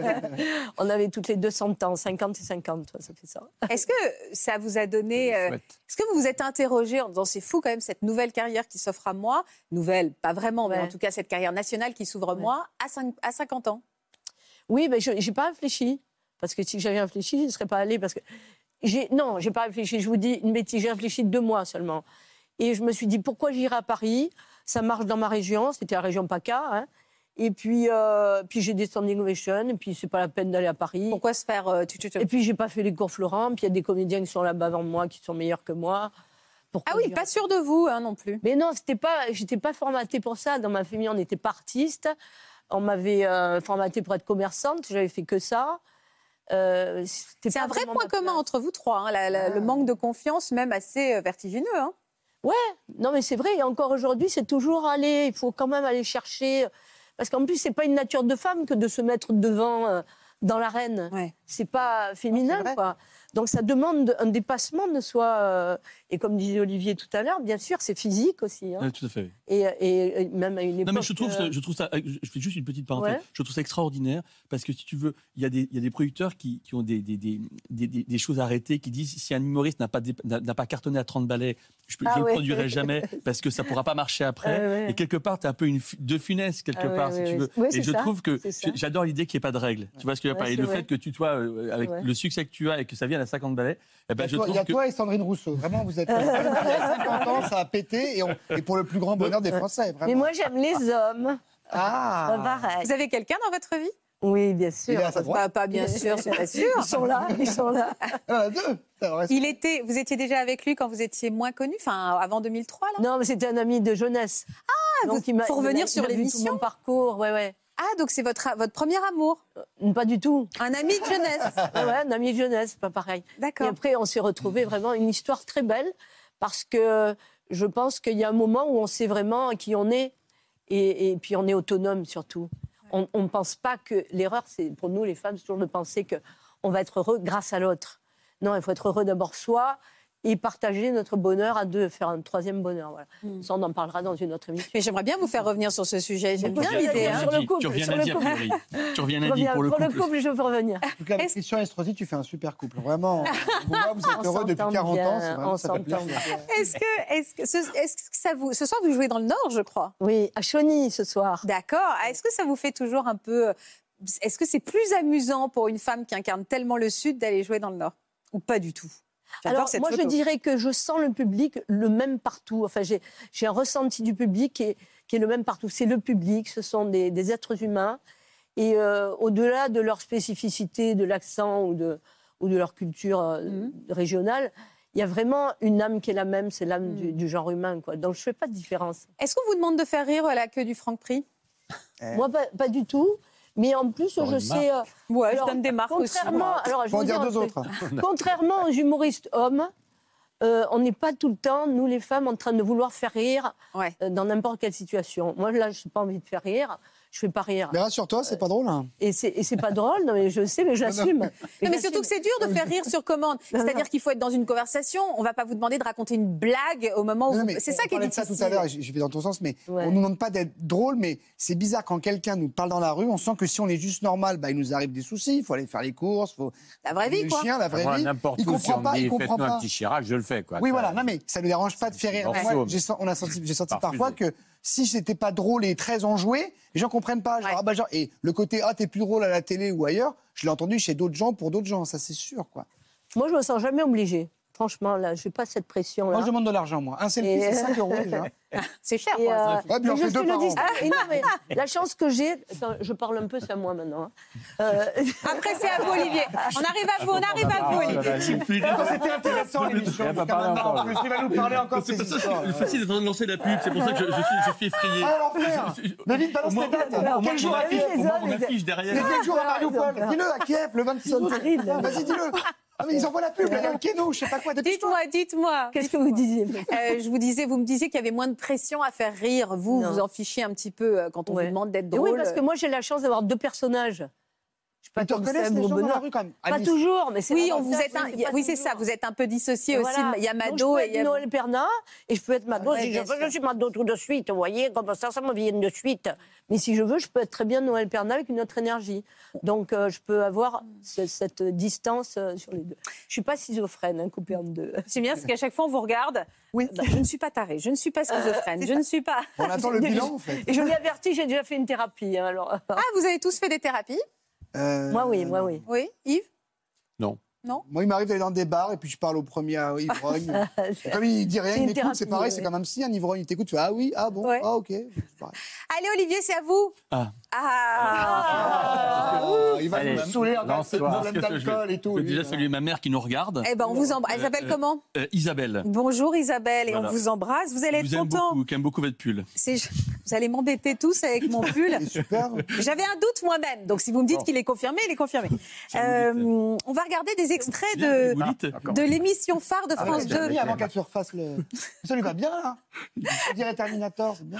On avait toutes les 200 ans, 50 et 50, ouais, ça fait ça. Est-ce que ça vous a donné. euh, Est-ce que vous vous êtes interrogé en disant c'est fou quand même cette nouvelle carrière qui s'offre à moi Nouvelle, pas vraiment, mais Ouais. en tout cas cette carrière nationale qui s'ouvre à moi à, cinq- à 50 ans. Oui, mais je n'ai pas réfléchi. Parce que si j'avais réfléchi, je ne serais pas allée. Parce que j'ai, non, j'ai pas réfléchi. Je vous dis une bêtise. J'ai réfléchi deux mois seulement. Et je me suis dit, pourquoi j'irai à Paris Ça marche dans ma région. C'était la région PACA. hein. Et puis, euh, puis j'ai des standing ovations. Et puis, c'est pas la peine d'aller à Paris. Pourquoi se faire euh, tu- tu- tu- Et puis, j'ai pas fait les cours Florent. Puis, il y a des comédiens qui sont là-bas avant moi, qui sont meilleurs que moi. ah oui, pas sûr de vous hein, non plus. Mais non, c'était pas, j'étais pas formatée pour ça. Dans ma famille, on n'était pas artiste. On m'avait euh, formatée pour être commerçante. J'avais fait que ça. Euh, c'était C'est pas un vrai vraiment Ah. point ma- commun entre vous trois, hein, la- la- le manque de confiance, même assez euh, vertigineux. hein. Ouais, non mais c'est vrai. Et encore aujourd'hui, c'est toujours aller. Il faut quand même aller chercher. euh, Parce qu'en plus, c'est pas une nature de femme que de se mettre devant euh, dans l'arène. C'est Ah, pas féminin, quoi. Donc ça demande un dépassement de soi. euh, et comme disait Olivier tout à l'heure, bien sûr, c'est physique aussi. hein. Ouais, tout à fait. oui. Et, et- et même à une époque. Euh. Non, mais je trouve, euh, ça- je trouve ça. Je je fais juste une petite parenthèse. Ouais. Je trouve ça extraordinaire parce que si tu veux, il y a des, il y a des producteurs qui, qui ont des, des, des, des- des- des choses arrêtées qui disent si un humoriste n'a pas, dé- n'a n'a pas cartonné à 30 balais, je ne Ah le ouais. produirai jamais parce que ça ne pourra pas marcher après. Ah ouais. Et quelque part, tu es un peu une fu- de funeste, quelque Ah ouais, part, si ouais, tu ouais. veux. Ouais, et c'est je ça, trouve que c'est ça. j'adore l'idée qu'il n'y ait pas de règles. Tu vois ce que je veux Ouais, dire Et c'est le vrai. fait que tu, toi, euh, avec C'est vrai. le succès que tu as et que ça vienne à 50 balais, eh ben, Il y je a, toi, il trouve y a que. toi et Sandrine Rousseau. Vraiment, vous êtes. Il y a 50 ans, ça a pété et, on- et pour le plus grand bonheur des Français. Vraiment. Mais moi, j'aime les hommes. Ah. Pas pareil. Vous avez quelqu'un dans votre vie Oui, bien sûr. Il est à sa droite Pas, pas bien sûr, c'est pas sûr. Ils sont là, ils sont là. Il était, vous étiez déjà avec lui quand vous étiez moins connu, enfin avant 2003 là Non, mais c'était un ami de jeunesse. Ah, donc il m'a- faut revenir sur les l'émission. Mon parcours, ouais, ouais. Ah, donc c'est votre, votre premier amour Pas du tout. Un ami de jeunesse Ouais, ouais, un ami de jeunesse, c'est pas pareil. D'accord. Et après, on s'est retrouvés vraiment une histoire très belle parce que je pense qu'il y a un moment où on sait vraiment qui on est et, et puis on est autonome surtout. On on ne pense pas que l'erreur, c'est pour nous les femmes, c'est toujours de penser que on va être heureux grâce à l'autre. Non, il faut être heureux d'abord soi et partager notre bonheur à deux, faire un troisième bonheur. Voilà. Ça, on en parlera dans une autre émission. Mais j'aimerais bien vous faire revenir sur ce sujet. J'aime bien l'idée, hein. Sur le Tu couple, reviens sur le lundi, a couple. priori. Tu reviens lundi pour le couple. je veux revenir. En tout cas, avec Christian Estrosi, tu fais un super couple. Vraiment. Pour moi, vous êtes On heureux depuis s'entend 40 ans. bien, c'est vraiment, on ça fait s'entend plaisir. bien. hein. Est-ce que, est-ce que, ce, est-ce que ça vous, ce soir vous jouez dans le Nord, je crois. Oui, à Chauny ce soir. D'accord. Ah, Est-ce que ça vous fait toujours un peu, euh, est-ce que c'est plus amusant pour une femme qui incarne tellement le Sud d'aller jouer dans le Nord ou pas du tout J'adore Alors, cette moi, photo. je dirais que je sens le public le même partout. Enfin, j'ai j'ai un ressenti du public qui est, qui est le même partout. C'est le public, ce sont des, des êtres humains. Et euh, au-delà de leur spécificité, de l'accent ou de, ou de leur culture euh, Mm-hmm. régionale, il y a vraiment une âme qui est la même, c'est l'âme Mm. du, du genre humain. Quoi. Donc, je ne fais pas de différence. Est-ce qu'on vous demande de faire rire à la queue du Franck Prix Moi, pas, pas du tout. Mais en plus, Encore je une sais. euh, marque. Ouais, je donne des marques aussi, contrairement, moi. Alors, je Faut en vous dire dis un deux truc. autres. Contrairement aux humoristes hommes, euh, on n'est pas tout le temps, nous les femmes, en train de vouloir faire rire euh, dans n'importe quelle situation. Moi, là, je n'ai pas envie de faire rire. Je fais pas rire. Mais rassure-toi, c'est pas drôle. hein. Et c'est et c'est pas drôle, non, mais je sais, mais j'assume. Non, Non, mais surtout que c'est dur de faire rire sur commande. C'est-à-dire qu'il faut être dans une conversation. On va pas vous demander de raconter une blague au moment où. Non, vous- mais C'est ça on qui est parlait de difficile. tout à l'heure, je je vais dans ton sens, mais on nous demande pas d'être drôle, mais c'est bizarre quand quelqu'un nous parle dans la rue, on sent que si on est juste normal, bah, il nous arrive des soucis, il faut aller faire les courses, faut la vraie le chien, la vraie Moi, vie. N'importe il où, si comprend on pas, me dit, il comprend faites-nous un pas. petit Chirac, je le fais. Quoi. Oui, Ça- voilà, non mais ça ne nous dérange pas de faire rire. morceau, Moi, mais- j'ai sen- on a senti, j'ai senti Parfusé. parfois que si j'étais pas drôle et très enjoué, les gens comprennent pas. Genre, ah bah, genre, et le côté ah t'es plus drôle à la télé ou ailleurs, je l'ai entendu chez d'autres gens pour d'autres gens, ça c'est sûr quoi. Moi, je me sens jamais obligée. Franchement, là, je n'ai pas cette pression-là. Moi je demande de l'argent moi, un selfie Et- c'est 5 euros déjà. C'est cher. Et, euh, Ouais, puis on mais fait je deux suis par le an. dis- Ah, et non, mais la chance que j'ai, Attends, je parle un peu, c'est à moi maintenant. hein. Euh, Après, c'est à vous, Olivier. On arrive à vous, on Ah, arrive à vous, Olivier. C'était intéressant l'émission. Elle va jusqu'à parler maintenant. encore. En plus, il va nous parler encore de C'est ces pour ça que histoires. c'est facile d'être en train de lancer la pub, c'est pour ça que je, je suis, je suis effrayé. Ah, l'enfer David, balance Au moins- les dates. au moins- au moins Quel qu'on jour affiche- arrivent les au moins hommes, qu'on les- affiche Les derrière. 10 jours à Mariupol, Ils ont peur. dis-le à Kiev le 26 août. arrivent, là. Vas-y dis-le. Ah, mais ils envoient la pub, là, il y a un kéno, je sais pas quoi. Dites-moi, dites-moi. Qu'est-ce que vous disiez Euh, je vous disais, vous me disiez qu'il y avait moins de pression à faire rire. Vous, Non. vous en fichez un petit peu euh, quand on Ouais. vous demande d'être Et drôle. Oui, parce que moi, j'ai la chance d'avoir deux personnages. Je suis pas Ils te comme reconnaissent, Seb les ou gens dans la Benoît. rue, quand même. Pas Ah, Alice. toujours, mais c'est Oui, un on vous avantage, êtes un- c'est y a- pas oui, c'est toujours. ça, vous êtes un peu dissocié aussi, il y a Donc, Mado je peux et être il y a- Noël Pernat et je peux être Mado. Ouais, si je bien veux, sûr. je suis Mado tout de suite, vous voyez, comme ça, ça me vient de suite. Mais si je veux, je peux être très bien Noël Pernat avec une autre énergie. Donc, euh, je peux avoir ce- cette distance euh, sur les deux. Je suis pas schizophrène, hein, coupée en deux. J'aime bien, c'est qu'à chaque fois, on vous regarde. Non, Je ne suis pas tarée, je ne suis pas Ah, schizophrène, je ne suis pas. On attend le bilan, en fait. Et je l'ai averti, j'ai déjà fait une thérapie. hein, alors. Ah, vous avez tous fait des thérapies Euh, Moi, oui, moi, oui. Oui, Yves Non. Non Moi, il m'arrive d'aller dans des bars et puis je parle au premier euh, ivrogne. Et comme il dit rien, C'est il une m'écoute, c'est thérapie, pareil, oui. c'est quand même si un ivrogne il t'écoute, tu fais ah oui, ah bon, ah ok. Allez, Olivier, c'est à vous. Ah. Ah. il va Allez, me saouler avec ce lance-toi. problème Parce que je- d'alcool et tout, je veux lui, déjà là. saluer ma mère qui nous regarde. Eh ben, on vous embrasse. Elle s'appelle Euh, comment euh, Isabelle. Bonjour Isabelle, et Voilà. on vous embrasse. Vous allez Vous être aime contents. beaucoup, qui aime beaucoup votre pull. C'est- Vous allez m'embêter tous avec mon pull. J'avais un doute moi-même. Donc, si vous me dites Bon. qu'il est confirmé, il est confirmé. Euh, on va regarder des extraits de, vous Ah, dites. Euh, D'accord. de l'émission phare de Ah, France 2. Ah, avant qu'elle se refasse le. Ça lui va bien, là. Je dirais Terminator, c'est bien.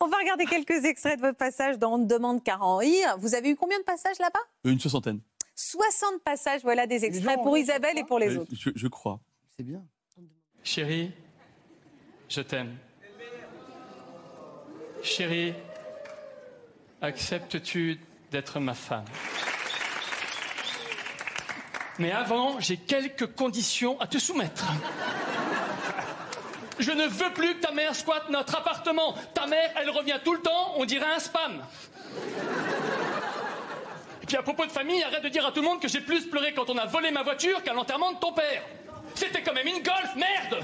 On va regarder quelques extraits de votre passage dans On ne demande qu'à en rire. Vous avez eu combien de passages là-bas Euh, Une soixantaine. 60 passages, voilà des extraits pour Isabelle et pour les Euh, autres. Je, je crois. C'est bien. Chérie, je t'aime. Chérie, acceptes-tu d'être ma femme Mais avant, j'ai quelques conditions à te soumettre. Je ne veux plus que ta mère squatte notre appartement. Ta mère, elle revient tout le temps, on dirait un spam. Et puis à propos de famille, arrête de dire à tout le monde que j'ai plus pleuré quand on a volé ma voiture qu'à l'enterrement de ton père. C'était quand même une golf, merde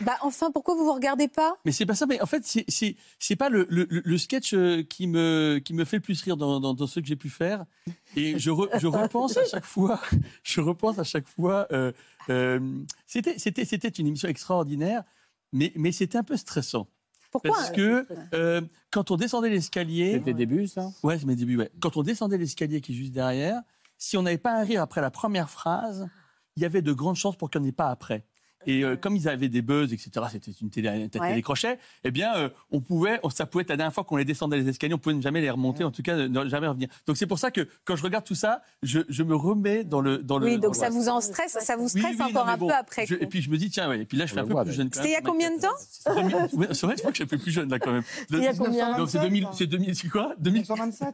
Bah enfin, pourquoi vous vous regardez pas Mais c'est pas ça. Mais en fait, c'est- c'est c'est pas le, le- le sketch euh, qui me qui me fait le plus rire dans, dans, dans ce que j'ai pu faire. Et je, re- je repense à chaque fois. Je repense à chaque fois. euh, euh, c'était c'était c'était une émission extraordinaire. mais, mais c'était un peu stressant. Pourquoi Parce que euh, quand on descendait l'escalier. C'était début, ça Ouais, c'est mes débuts, ouais. Quand on descendait l'escalier qui est juste derrière, si on n'avait pas un rire après la première phrase, il y avait de grandes chances pour qu'il n'y en ait pas après. Et euh, comme ils avaient des buzz, etc., c'était une télé, une télé Ouais. décrochait, eh bien, euh, on pouvait, on- ça pouvait être la dernière fois qu'on les descendait les escaliers, on pouvait ne jamais les remonter, en tout cas, ne- ne jamais revenir. Donc c'est pour ça que quand je regarde tout ça, je, je me remets dans le. Dans le Oui, dans donc le- ça vous en stresse, ça vous stresse Oui, encore non, mais un bon, peu après. je- coup. et puis je me dis, tiens, ouais, bah, et puis là, je fais un peu plus jeune. quand C'était il y a même. combien de temps Ouais, C'est vrai, je crois que j'ai fait plus jeune là quand même. Il y a combien Non, c'est hein. 2000, c'est 2000, c'est quoi 1927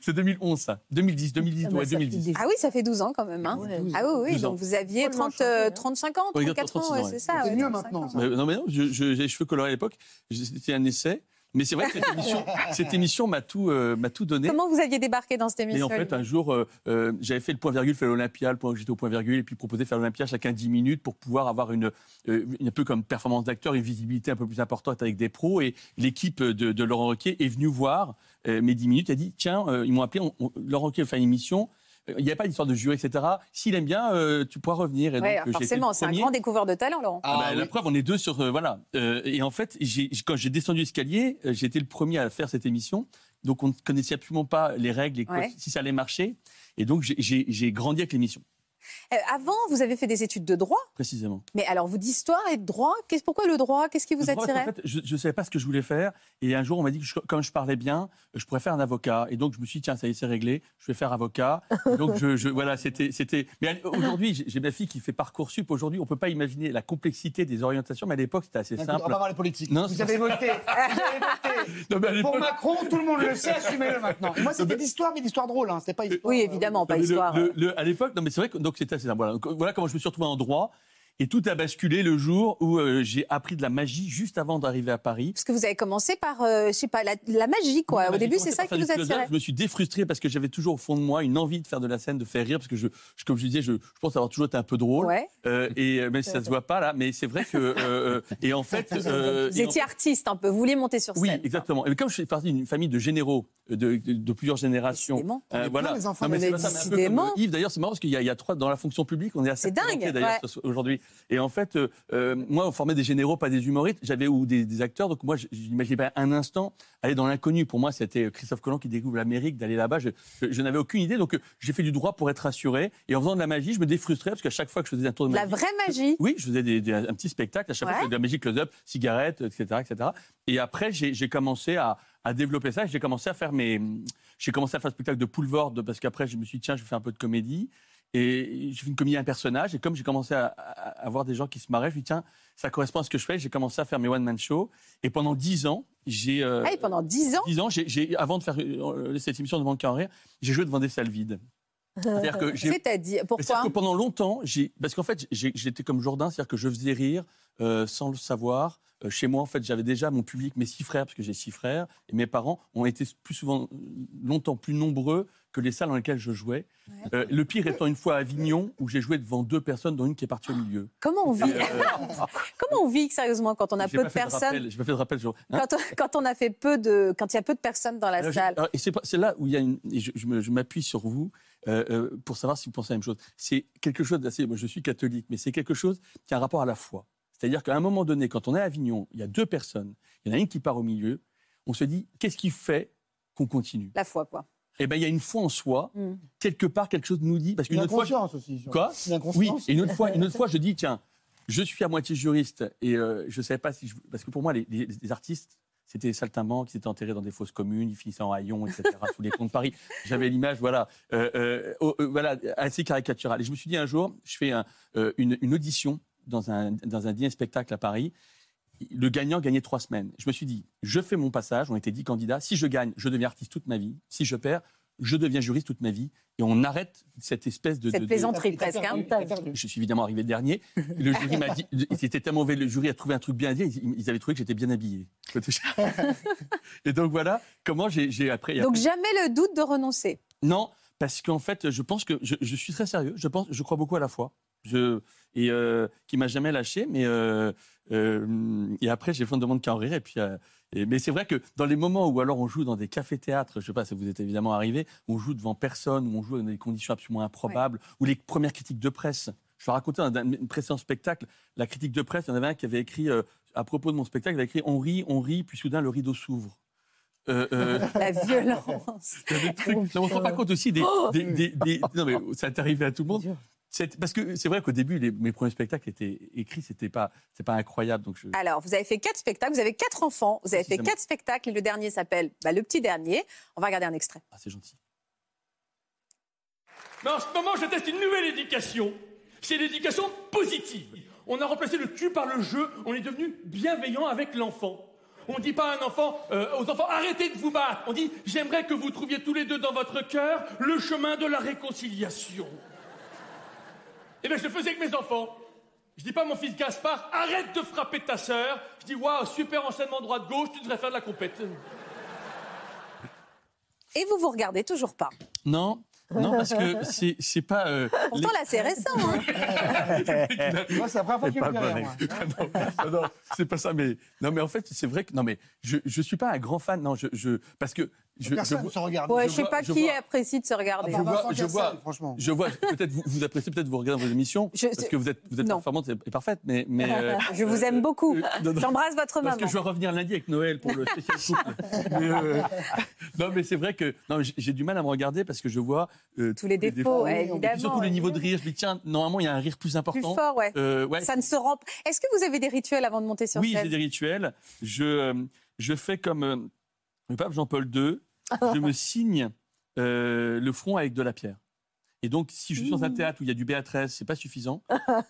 C'est 2011 ça. 2010, 2010, ouais, 2010. Ah oui, ça fait 12 ans quand même. hein. Ah oui, oui, 12 ans. donc vous aviez 30, euh, 35 ans, Ouais, regarde, 34 ans, 36 ans, ouais, ouais. c'est ça. C'est ah ouais, mieux 35 ans. Mais- non mais non, je- je- j'ai les cheveux colorés à l'époque. Je- C'était un essai, mais c'est vrai que cette émission, cette émission m'a tout, euh, m'a tout donné. Comment vous aviez débarqué dans cette Et émission en fait, un jour, euh, euh, j'avais fait le point virgule, fait l'Olympia, le point j'étais au point virgule, et puis proposé de faire l'Olympia chacun 10 minutes pour pouvoir avoir une, euh, une- un peu comme performance d'acteur, une visibilité un peu plus importante avec des pros. Et l'équipe de, de Laurent Roquet est venue voir euh, mes 10 minutes, et a dit tiens, euh, ils m'ont appelé, on- on- Laurent Roquet fait une émission. euh, Il n'y a pas d'histoire de jury, etc. S'il aime bien, euh, tu pourras revenir. Et Ouais, donc, euh, j'ai été forcément, le c'est un premier. grand découvreur de talent, Laurent. Ah, bah, La preuve, on est deux sur. euh, voilà. Euh, et en fait, j'ai- j- quand j'ai descendu l'escalier, euh, j'ai été le premier à faire cette émission. Donc, on ne connaissait absolument pas les règles et quoi- Ouais. si ça allait marcher. Et donc, j'ai- j'ai j'ai grandi avec l'émission, Euh, avant, vous avez fait des études de droit, précisément. mais alors vous d'histoire et de droit, qu'est-ce- pourquoi le droit Qu'est-ce qui vous Je crois qu'en attirait fait, je ne savais pas ce que je voulais faire. Et un jour, on m'a dit que je- comme je parlais bien, je pourrais faire un avocat. Et donc, je me suis dit, tiens, ça y est, c'est réglé. Je vais faire avocat. Et donc, je, je- voilà, c'était. c'était- Mais elle- aujourd'hui, j'ai- j'ai ma fille qui fait Parcoursup. Aujourd'hui, on ne peut pas imaginer la complexité des orientations. Mais à l'époque, c'était assez Écoute, simple. on va voir les politiques. Non, vous c'est- avez voté. Vous avez voté. Non, mais à Pour l'époque- Macron, tout le monde le sait, assumez-le maintenant. Et moi, c'était d'histoire, mais d'histoire drôle. Hein. C'était Euh, pas histoire. euh, Oui, évidemment, pas euh. Non, mais le- histoire. le- le- à l'époque, non, mais c'est vrai que donc c'était assez simple. Voilà. Donc, voilà comment je me suis retrouvé en droit. Et tout a basculé le jour où euh, j'ai appris de la magie juste avant d'arriver à Paris. Parce que vous avez commencé par, euh, je sais pas, la, la magie, quoi. Au J'ai début, c'est commencé ça qui par faire vous du puzzle. attirait. Je me suis défrustré parce que j'avais toujours au fond de moi une envie de faire de la scène, de faire rire, parce que je, je- comme je disais, je, je pense avoir toujours été un peu drôle. Ouais. Euh, et euh, même si ça se voit pas là, mais c'est vrai que euh, euh, et en fait, euh, Vous et en étiez artiste un peu, vous vouliez monter sur scène. oui, exactement. Et comme je fais partie d'une famille de généraux euh, de, de- de plusieurs générations, On est plein, Euh, voilà. les enfants, Non, mais mais c'est pas ça, mais un peu comme, décidément. euh, Yves, d'ailleurs, c'est marrant parce qu'il y, a- il y a trois dans la fonction publique, on est assez dingue, ouais. d'ailleurs ce soir- aujourd'hui. Et en fait, euh, euh, moi, on formait des généraux, pas des humoristes. J'avais ou des, des acteurs, donc moi, je je n'imaginais pas un instant aller dans l'inconnu. Pour moi, c'était euh, Christophe Colomb qui découvre l'Amérique, d'aller là-bas. Je, je- je n'avais aucune idée, donc euh, j'ai fait du droit pour être rassuré. Et en faisant de la magie, je me défrustrais parce qu'à chaque fois que je faisais un tour de La magie, vraie magie. oui, je faisais des- des- un petit spectacle à chaque Ouais. fois, je faisais de la magie close-up, cigarette, etc., etc. Et après, j'ai j'ai commencé à, à développer ça. et J'ai commencé à faire mes, j'ai commencé à faire un spectacle de Poulvord parce qu'après, je me suis dit, tiens, je vais faire un peu de comédie. Et j'ai fait une comédie à un personnage. Et comme j'ai commencé à, à- à voir des gens qui se marraient, je me suis dit, tiens, ça correspond à ce que je fais. J'ai commencé à faire mes one-man shows. Et pendant dix ans, j'ai. euh, Ah, et pendant 10 ans dix ans, j'ai- j'ai- avant de faire euh, cette émission devant le cœur en rire, j'ai joué devant des salles vides. C'est-à-dire que Euh, j'ai- C'est-à-dire, pourquoi hein c'est-à-dire que pendant longtemps, j'ai- parce qu'en fait, j'ai- j'étais comme Jourdain, c'est-à-dire que je faisais rire euh, sans le savoir. Euh, chez moi, en fait, j'avais déjà mon public, mes six frères, parce que j'ai six frères, et mes parents ont été plus souvent, longtemps plus nombreux que les salles dans lesquelles je jouais. Euh, le pire étant une fois à Avignon, où j'ai joué devant deux personnes, dont une qui est partie au milieu. Comment Ah, on vit Et, euh, Comment on vit sérieusement quand on a j'ai peu pas de fait rappel, personnes J'ai pas fait de rappel. je- hein quand on, quand on a fait peu de, quand il y a peu de personnes dans la Alors, j'ai- salle. alors, et c'est pas- c'est là où il y a une. et je je me- je m'appuie sur vous euh, euh, pour savoir si vous pensez la même chose. C'est quelque chose d'assez. Moi, je suis catholique, mais c'est quelque chose qui a un rapport à la foi. C'est-à-dire qu'à un moment donné, quand on est à Avignon, il y a deux personnes, il y en a une qui part au milieu, on se dit qu'est-ce qui fait qu'on continue La foi, quoi. Eh bien, il y a une foi en soi. Mm. Quelque part, quelque chose nous dit. Parce qu'une Une autre fois. inconscience aussi. genre. Quoi Une Oui, inconscience. et une autre, fois, une autre fois, je dis, tiens, je suis à moitié juriste et euh, je ne savais pas si je... Parce que pour moi, les, les- les artistes, c'était des saltimbanques, ils étaient enterrés dans des fosses communes, ils finissaient en haillons, etc., sous les ponts de Paris. J'avais l'image, voilà, euh, euh, oh, euh, voilà, assez caricaturale. Et je me suis dit, un jour, je fais un- euh, une, une audition dans un, dans un dîner-spectacle à Paris. Le gagnant gagnait trois semaines. Je me suis dit, je fais mon passage, on était dix candidats. Si je gagne, je deviens artiste toute ma vie. Si je perds, je deviens juriste toute ma vie. Et on arrête cette espèce de... Cette de- de- plaisanterie presque. hein. je suis évidemment arrivé dernier. Le jury m'a dit, c'était tellement mauvais, le jury a trouvé un truc bien à dire, ils, ils avaient trouvé que j'étais bien habillé. Et donc voilà comment j'ai j'ai après. Donc après- jamais le doute de renoncer. non, parce qu'en fait, je pense que je, je suis très sérieux. Je pense, je crois beaucoup à la foi. Je et euh, qui m'a jamais lâché. Mais euh, euh, et après, j'ai fait une demande qu'à en rire. Et puis, euh, et- mais c'est vrai que dans les moments où alors on joue dans des cafés théâtres, je sais pas si vous êtes évidemment arrivé, on joue devant personne, où on joue dans des conditions absolument improbables, où les premières critiques de presse. Je vais raconter un, un précédent spectacle. La critique de presse, il y en avait un qui avait écrit euh, à propos de mon spectacle, il a écrit On rit, on rit, puis soudain le rideau s'ouvre. Euh, euh, La violence. il y a des trucs- Oh, non, on se rend pas compte aussi des. des- des- des- non, mais ça t'est arrivé à tout le monde. C'est- Parce que c'est vrai qu'au début, les- mes premiers spectacles étaient écrits, c'était pas, c'était pas incroyable. Donc je... Alors, vous avez fait quatre spectacles, vous avez quatre enfants, vous avez fait Précisément. quatre spectacles et le dernier s'appelle bah, Le Petit Dernier. On va regarder un extrait. Ah, c'est gentil. Mais en ce moment, je teste une nouvelle éducation. C'est l'éducation positive. On a remplacé le tu par le je. On est devenu bienveillant avec l'enfant. On dit pas à un enfant, euh, aux enfants, arrêtez de vous battre. On dit, j'aimerais que vous trouviez tous les deux dans votre cœur le chemin de la réconciliation. Eh bien, je le faisais avec mes enfants. Je dis pas à mon fils Gaspard, arrête de frapper ta sœur. Je dis, waouh, super enchaînement droite-gauche, tu devrais faire de la compète. Et vous vous regardez toujours pas. Non, non, parce que c'est, c'est pas. euh, Pourtant, là, c'est récent. hein. Moi, c'est la première fois qu'il me dit rien, non, non, c'est pas ça, mais non, mais en fait, c'est vrai que non, mais je, je suis pas un grand fan, non, je, je parce que je, Personne je se Ouais, je sais vois- pas Ah, je qui vois- Ah, bah, apprécie de se Ah, regarder. bah, je vois, je vois, je vois. Peut-être vous, vous appréciez peut-être vous regardez vos émissions parce que vous êtes vous êtes performante et parfaite, mais mais. euh, Je vous aime beaucoup. non, non. J'embrasse votre Parce que maman. je vais revenir lundi avec Noël pour le spécial couple. Mais, euh, non, mais c'est vrai que non, j'ai- j'ai du mal à me regarder parce que je vois euh, tous les défauts, ouais, Et puis évidemment, Surtout le ouais. niveau de rire. Je me dis, tiens, normalement, il y a un rire plus Plus important. fort, ouais. Euh, ouais. Ça ne se rend. Est-ce que vous avez des rituels avant de monter sur Oui, j'ai scène des rituels. Je, euh, je fais comme euh, le pape Jean-Paul II. Je me signe euh, le front avec de la pierre. Et donc, si je suis Mmh. dans un théâtre où il y a du B13, c'est pas suffisant.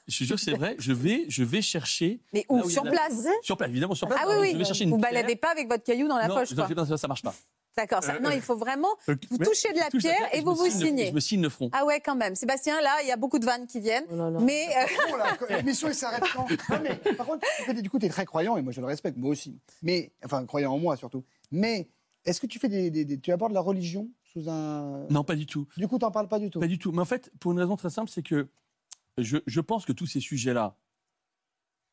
Je suis sûr que c'est vrai. Je vais, je vais chercher. Mais où Ah là il y a Sur de place Sur place, évidemment, sur place. Ah Alors, oui, Je vais chercher oui. une Vous pierre. baladez pas avec votre caillou dans la non, poche, non, quoi. ça, ça marche pas. D'accord. ça- Euh, non, euh, il faut vraiment. Euh, Vous mais- touchez de la je touche pierre et je vous me vous signe le- signez. Je me signe le front. Ah ouais, quand même. Sébastien, là, il y a beaucoup de vannes qui viennent. Mais. euh, Oh là, L'émission, elle s'arrête quand Non, mais par contre, tu fais des- du coup, tu es très croyant, et moi, je le respecte, moi aussi. Mais, enfin, croyant en moi, surtout. Mais, est-ce que tu fais des, des- des- Tu abordes la religion sous Ah. un... Non, pas du tout. Du coup, t'en parles pas du tout Pas du tout. Mais en fait, pour une raison très simple, c'est que je, je pense que tous ces sujets-là,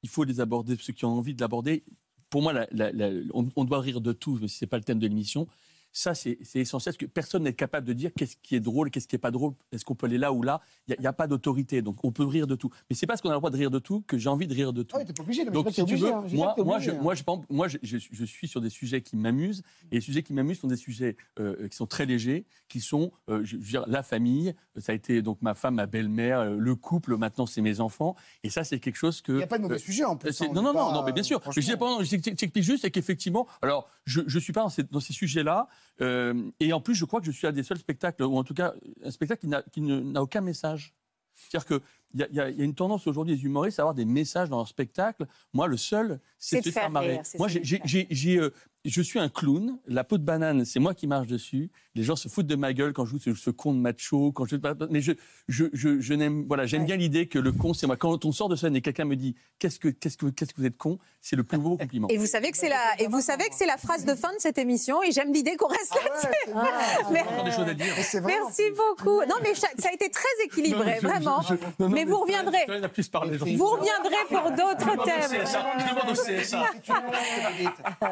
il faut les aborder, ceux qui ont envie de l'aborder. Pour moi, la- la- la- on, on doit rire de tout, mais ce n'est pas le thème de l'émission. Ça, c'est c'est essentiel, parce que personne n'est capable de dire qu'est-ce qui est drôle, qu'est-ce qui n'est pas drôle, est-ce qu'on peut aller là ou là. Il n'y a, pas d'autorité, donc on peut rire de tout. Mais c'est parce qu'on a le droit de rire de tout que j'ai envie de rire de tout. Ah oui, t'es pas obligé, non, mais donc, c'est si pas que tu t'es veux, obligé, hein, j'ai moi, pas que t'es moi, je, obligé, hein. moi, je, pense- moi, je, je- je suis sur des sujets qui m'amusent, et les sujets qui m'amusent sont des sujets euh, qui sont très légers, qui sont, euh, je, je veux dire, la famille, ça a été donc ma femme, ma belle-mère, euh, le couple, maintenant c'est mes enfants, et ça c'est quelque chose que... Il n'y a pas de mauvais sujet, en plus, hein, on euh, Non, est non, non, pas, non, mais bien sûr. Je dis, pardon, je t'explique juste, c'est qu'effectivement, alors, je ne suis pas dans ces, dans ces sujets-là, euh, et en plus, je crois que je suis à des seuls spectacles, ou en tout cas, un spectacle qui n'a- qui ne- n'a aucun message. C'est-à-dire qu'il y, a- il y a il y a une tendance aujourd'hui des humoristes à avoir des messages dans leur spectacle. Moi, le seul, C'est de c'est de se faire faire marrer. rire, c'est Moi, ça, j'ai- de j'ai- j'ai- j'ai, euh, je suis un clown. La peau de banane, c'est moi qui marche dessus. Les gens se foutent de ma gueule quand je joue ce, ce con de macho. Quand je, mais je, je, je, je n'aime, voilà, j'aime bien l'idée que le con, c'est moi. Quand on sort de scène et quelqu'un me dit qu'est-ce que, qu'est-ce que, qu'est-ce que vous êtes con, c'est le plus beau compliment. Ah, Et vous savez que c'est la et vous savez que c'est la phrase de fin de cette émission et j'aime l'idée qu'on reste Ah, là-dessus. Mais- encore des choses à dire. Merci beaucoup. Non mais ça ça a été très équilibré Non, je- vraiment. je- je- non, non, mais, vous Je Ah, vais reviendrez. la plus parler, j'en- Vous reviendrez pour Je demande d'autres au thèmes. CSA, je demande au CSA.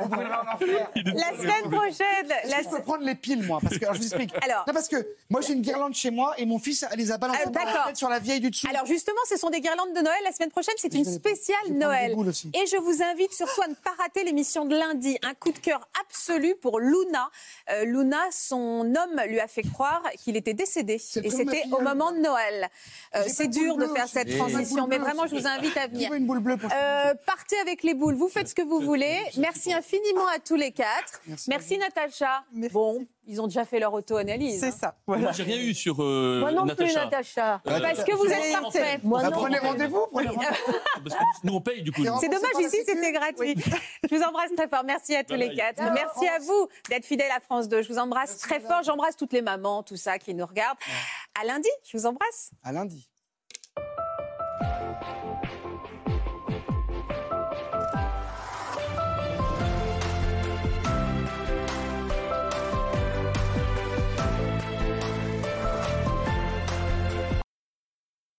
La semaine prochaine, Est-ce que je peux prendre les piles, moi Parce que, alors, je vous explique. Alors- non, parce que moi, j'ai une guirlande chez moi et mon fils elle les a balancées Ah, par la d'accord. fenêtre sur la vieille du dessus. Alors justement, ce sont des guirlandes de Noël. La semaine prochaine, c'est une spéciale Noël. Et je vous invite surtout à ne pas rater l'émission de lundi. Un coup de cœur absolu pour Luna. Euh, Luna, son homme lui a fait croire qu'il était décédé. Et comme ma c'était fille, au elle. moment de Noël. Euh, c'est dur de faire cette J'ai pas de transition, boule mais bleue vraiment, je aussi. vous invite à venir. Trouvez une boule bleue pour Euh, partez avec les boules, vous faites ce que vous voulez. Merci infiniment à tous les quatre. Merci, Euh, Natacha. Bon, ils ont déjà fait leur auto-analyse. hein. C'est ça. Moi, j'ai rien eu sur euh, Moi non plus, Natacha. Natacha. Euh, Parce que vous êtes Natacha. parfait. Bah, Prenez rendez-vous, prenez Oui. rendez-vous. Ah, Parce que nous, on paye du coup. nous. C'est dommage, ici c'était gratuit. Je vous embrasse très fort. Merci à tous Bye les bye. quatre. Merci à vous d'être fidèles à France 2. Je vous embrasse très fort. J'embrasse toutes les mamans, tout ça qui nous regardent. À lundi, je vous embrasse. À lundi.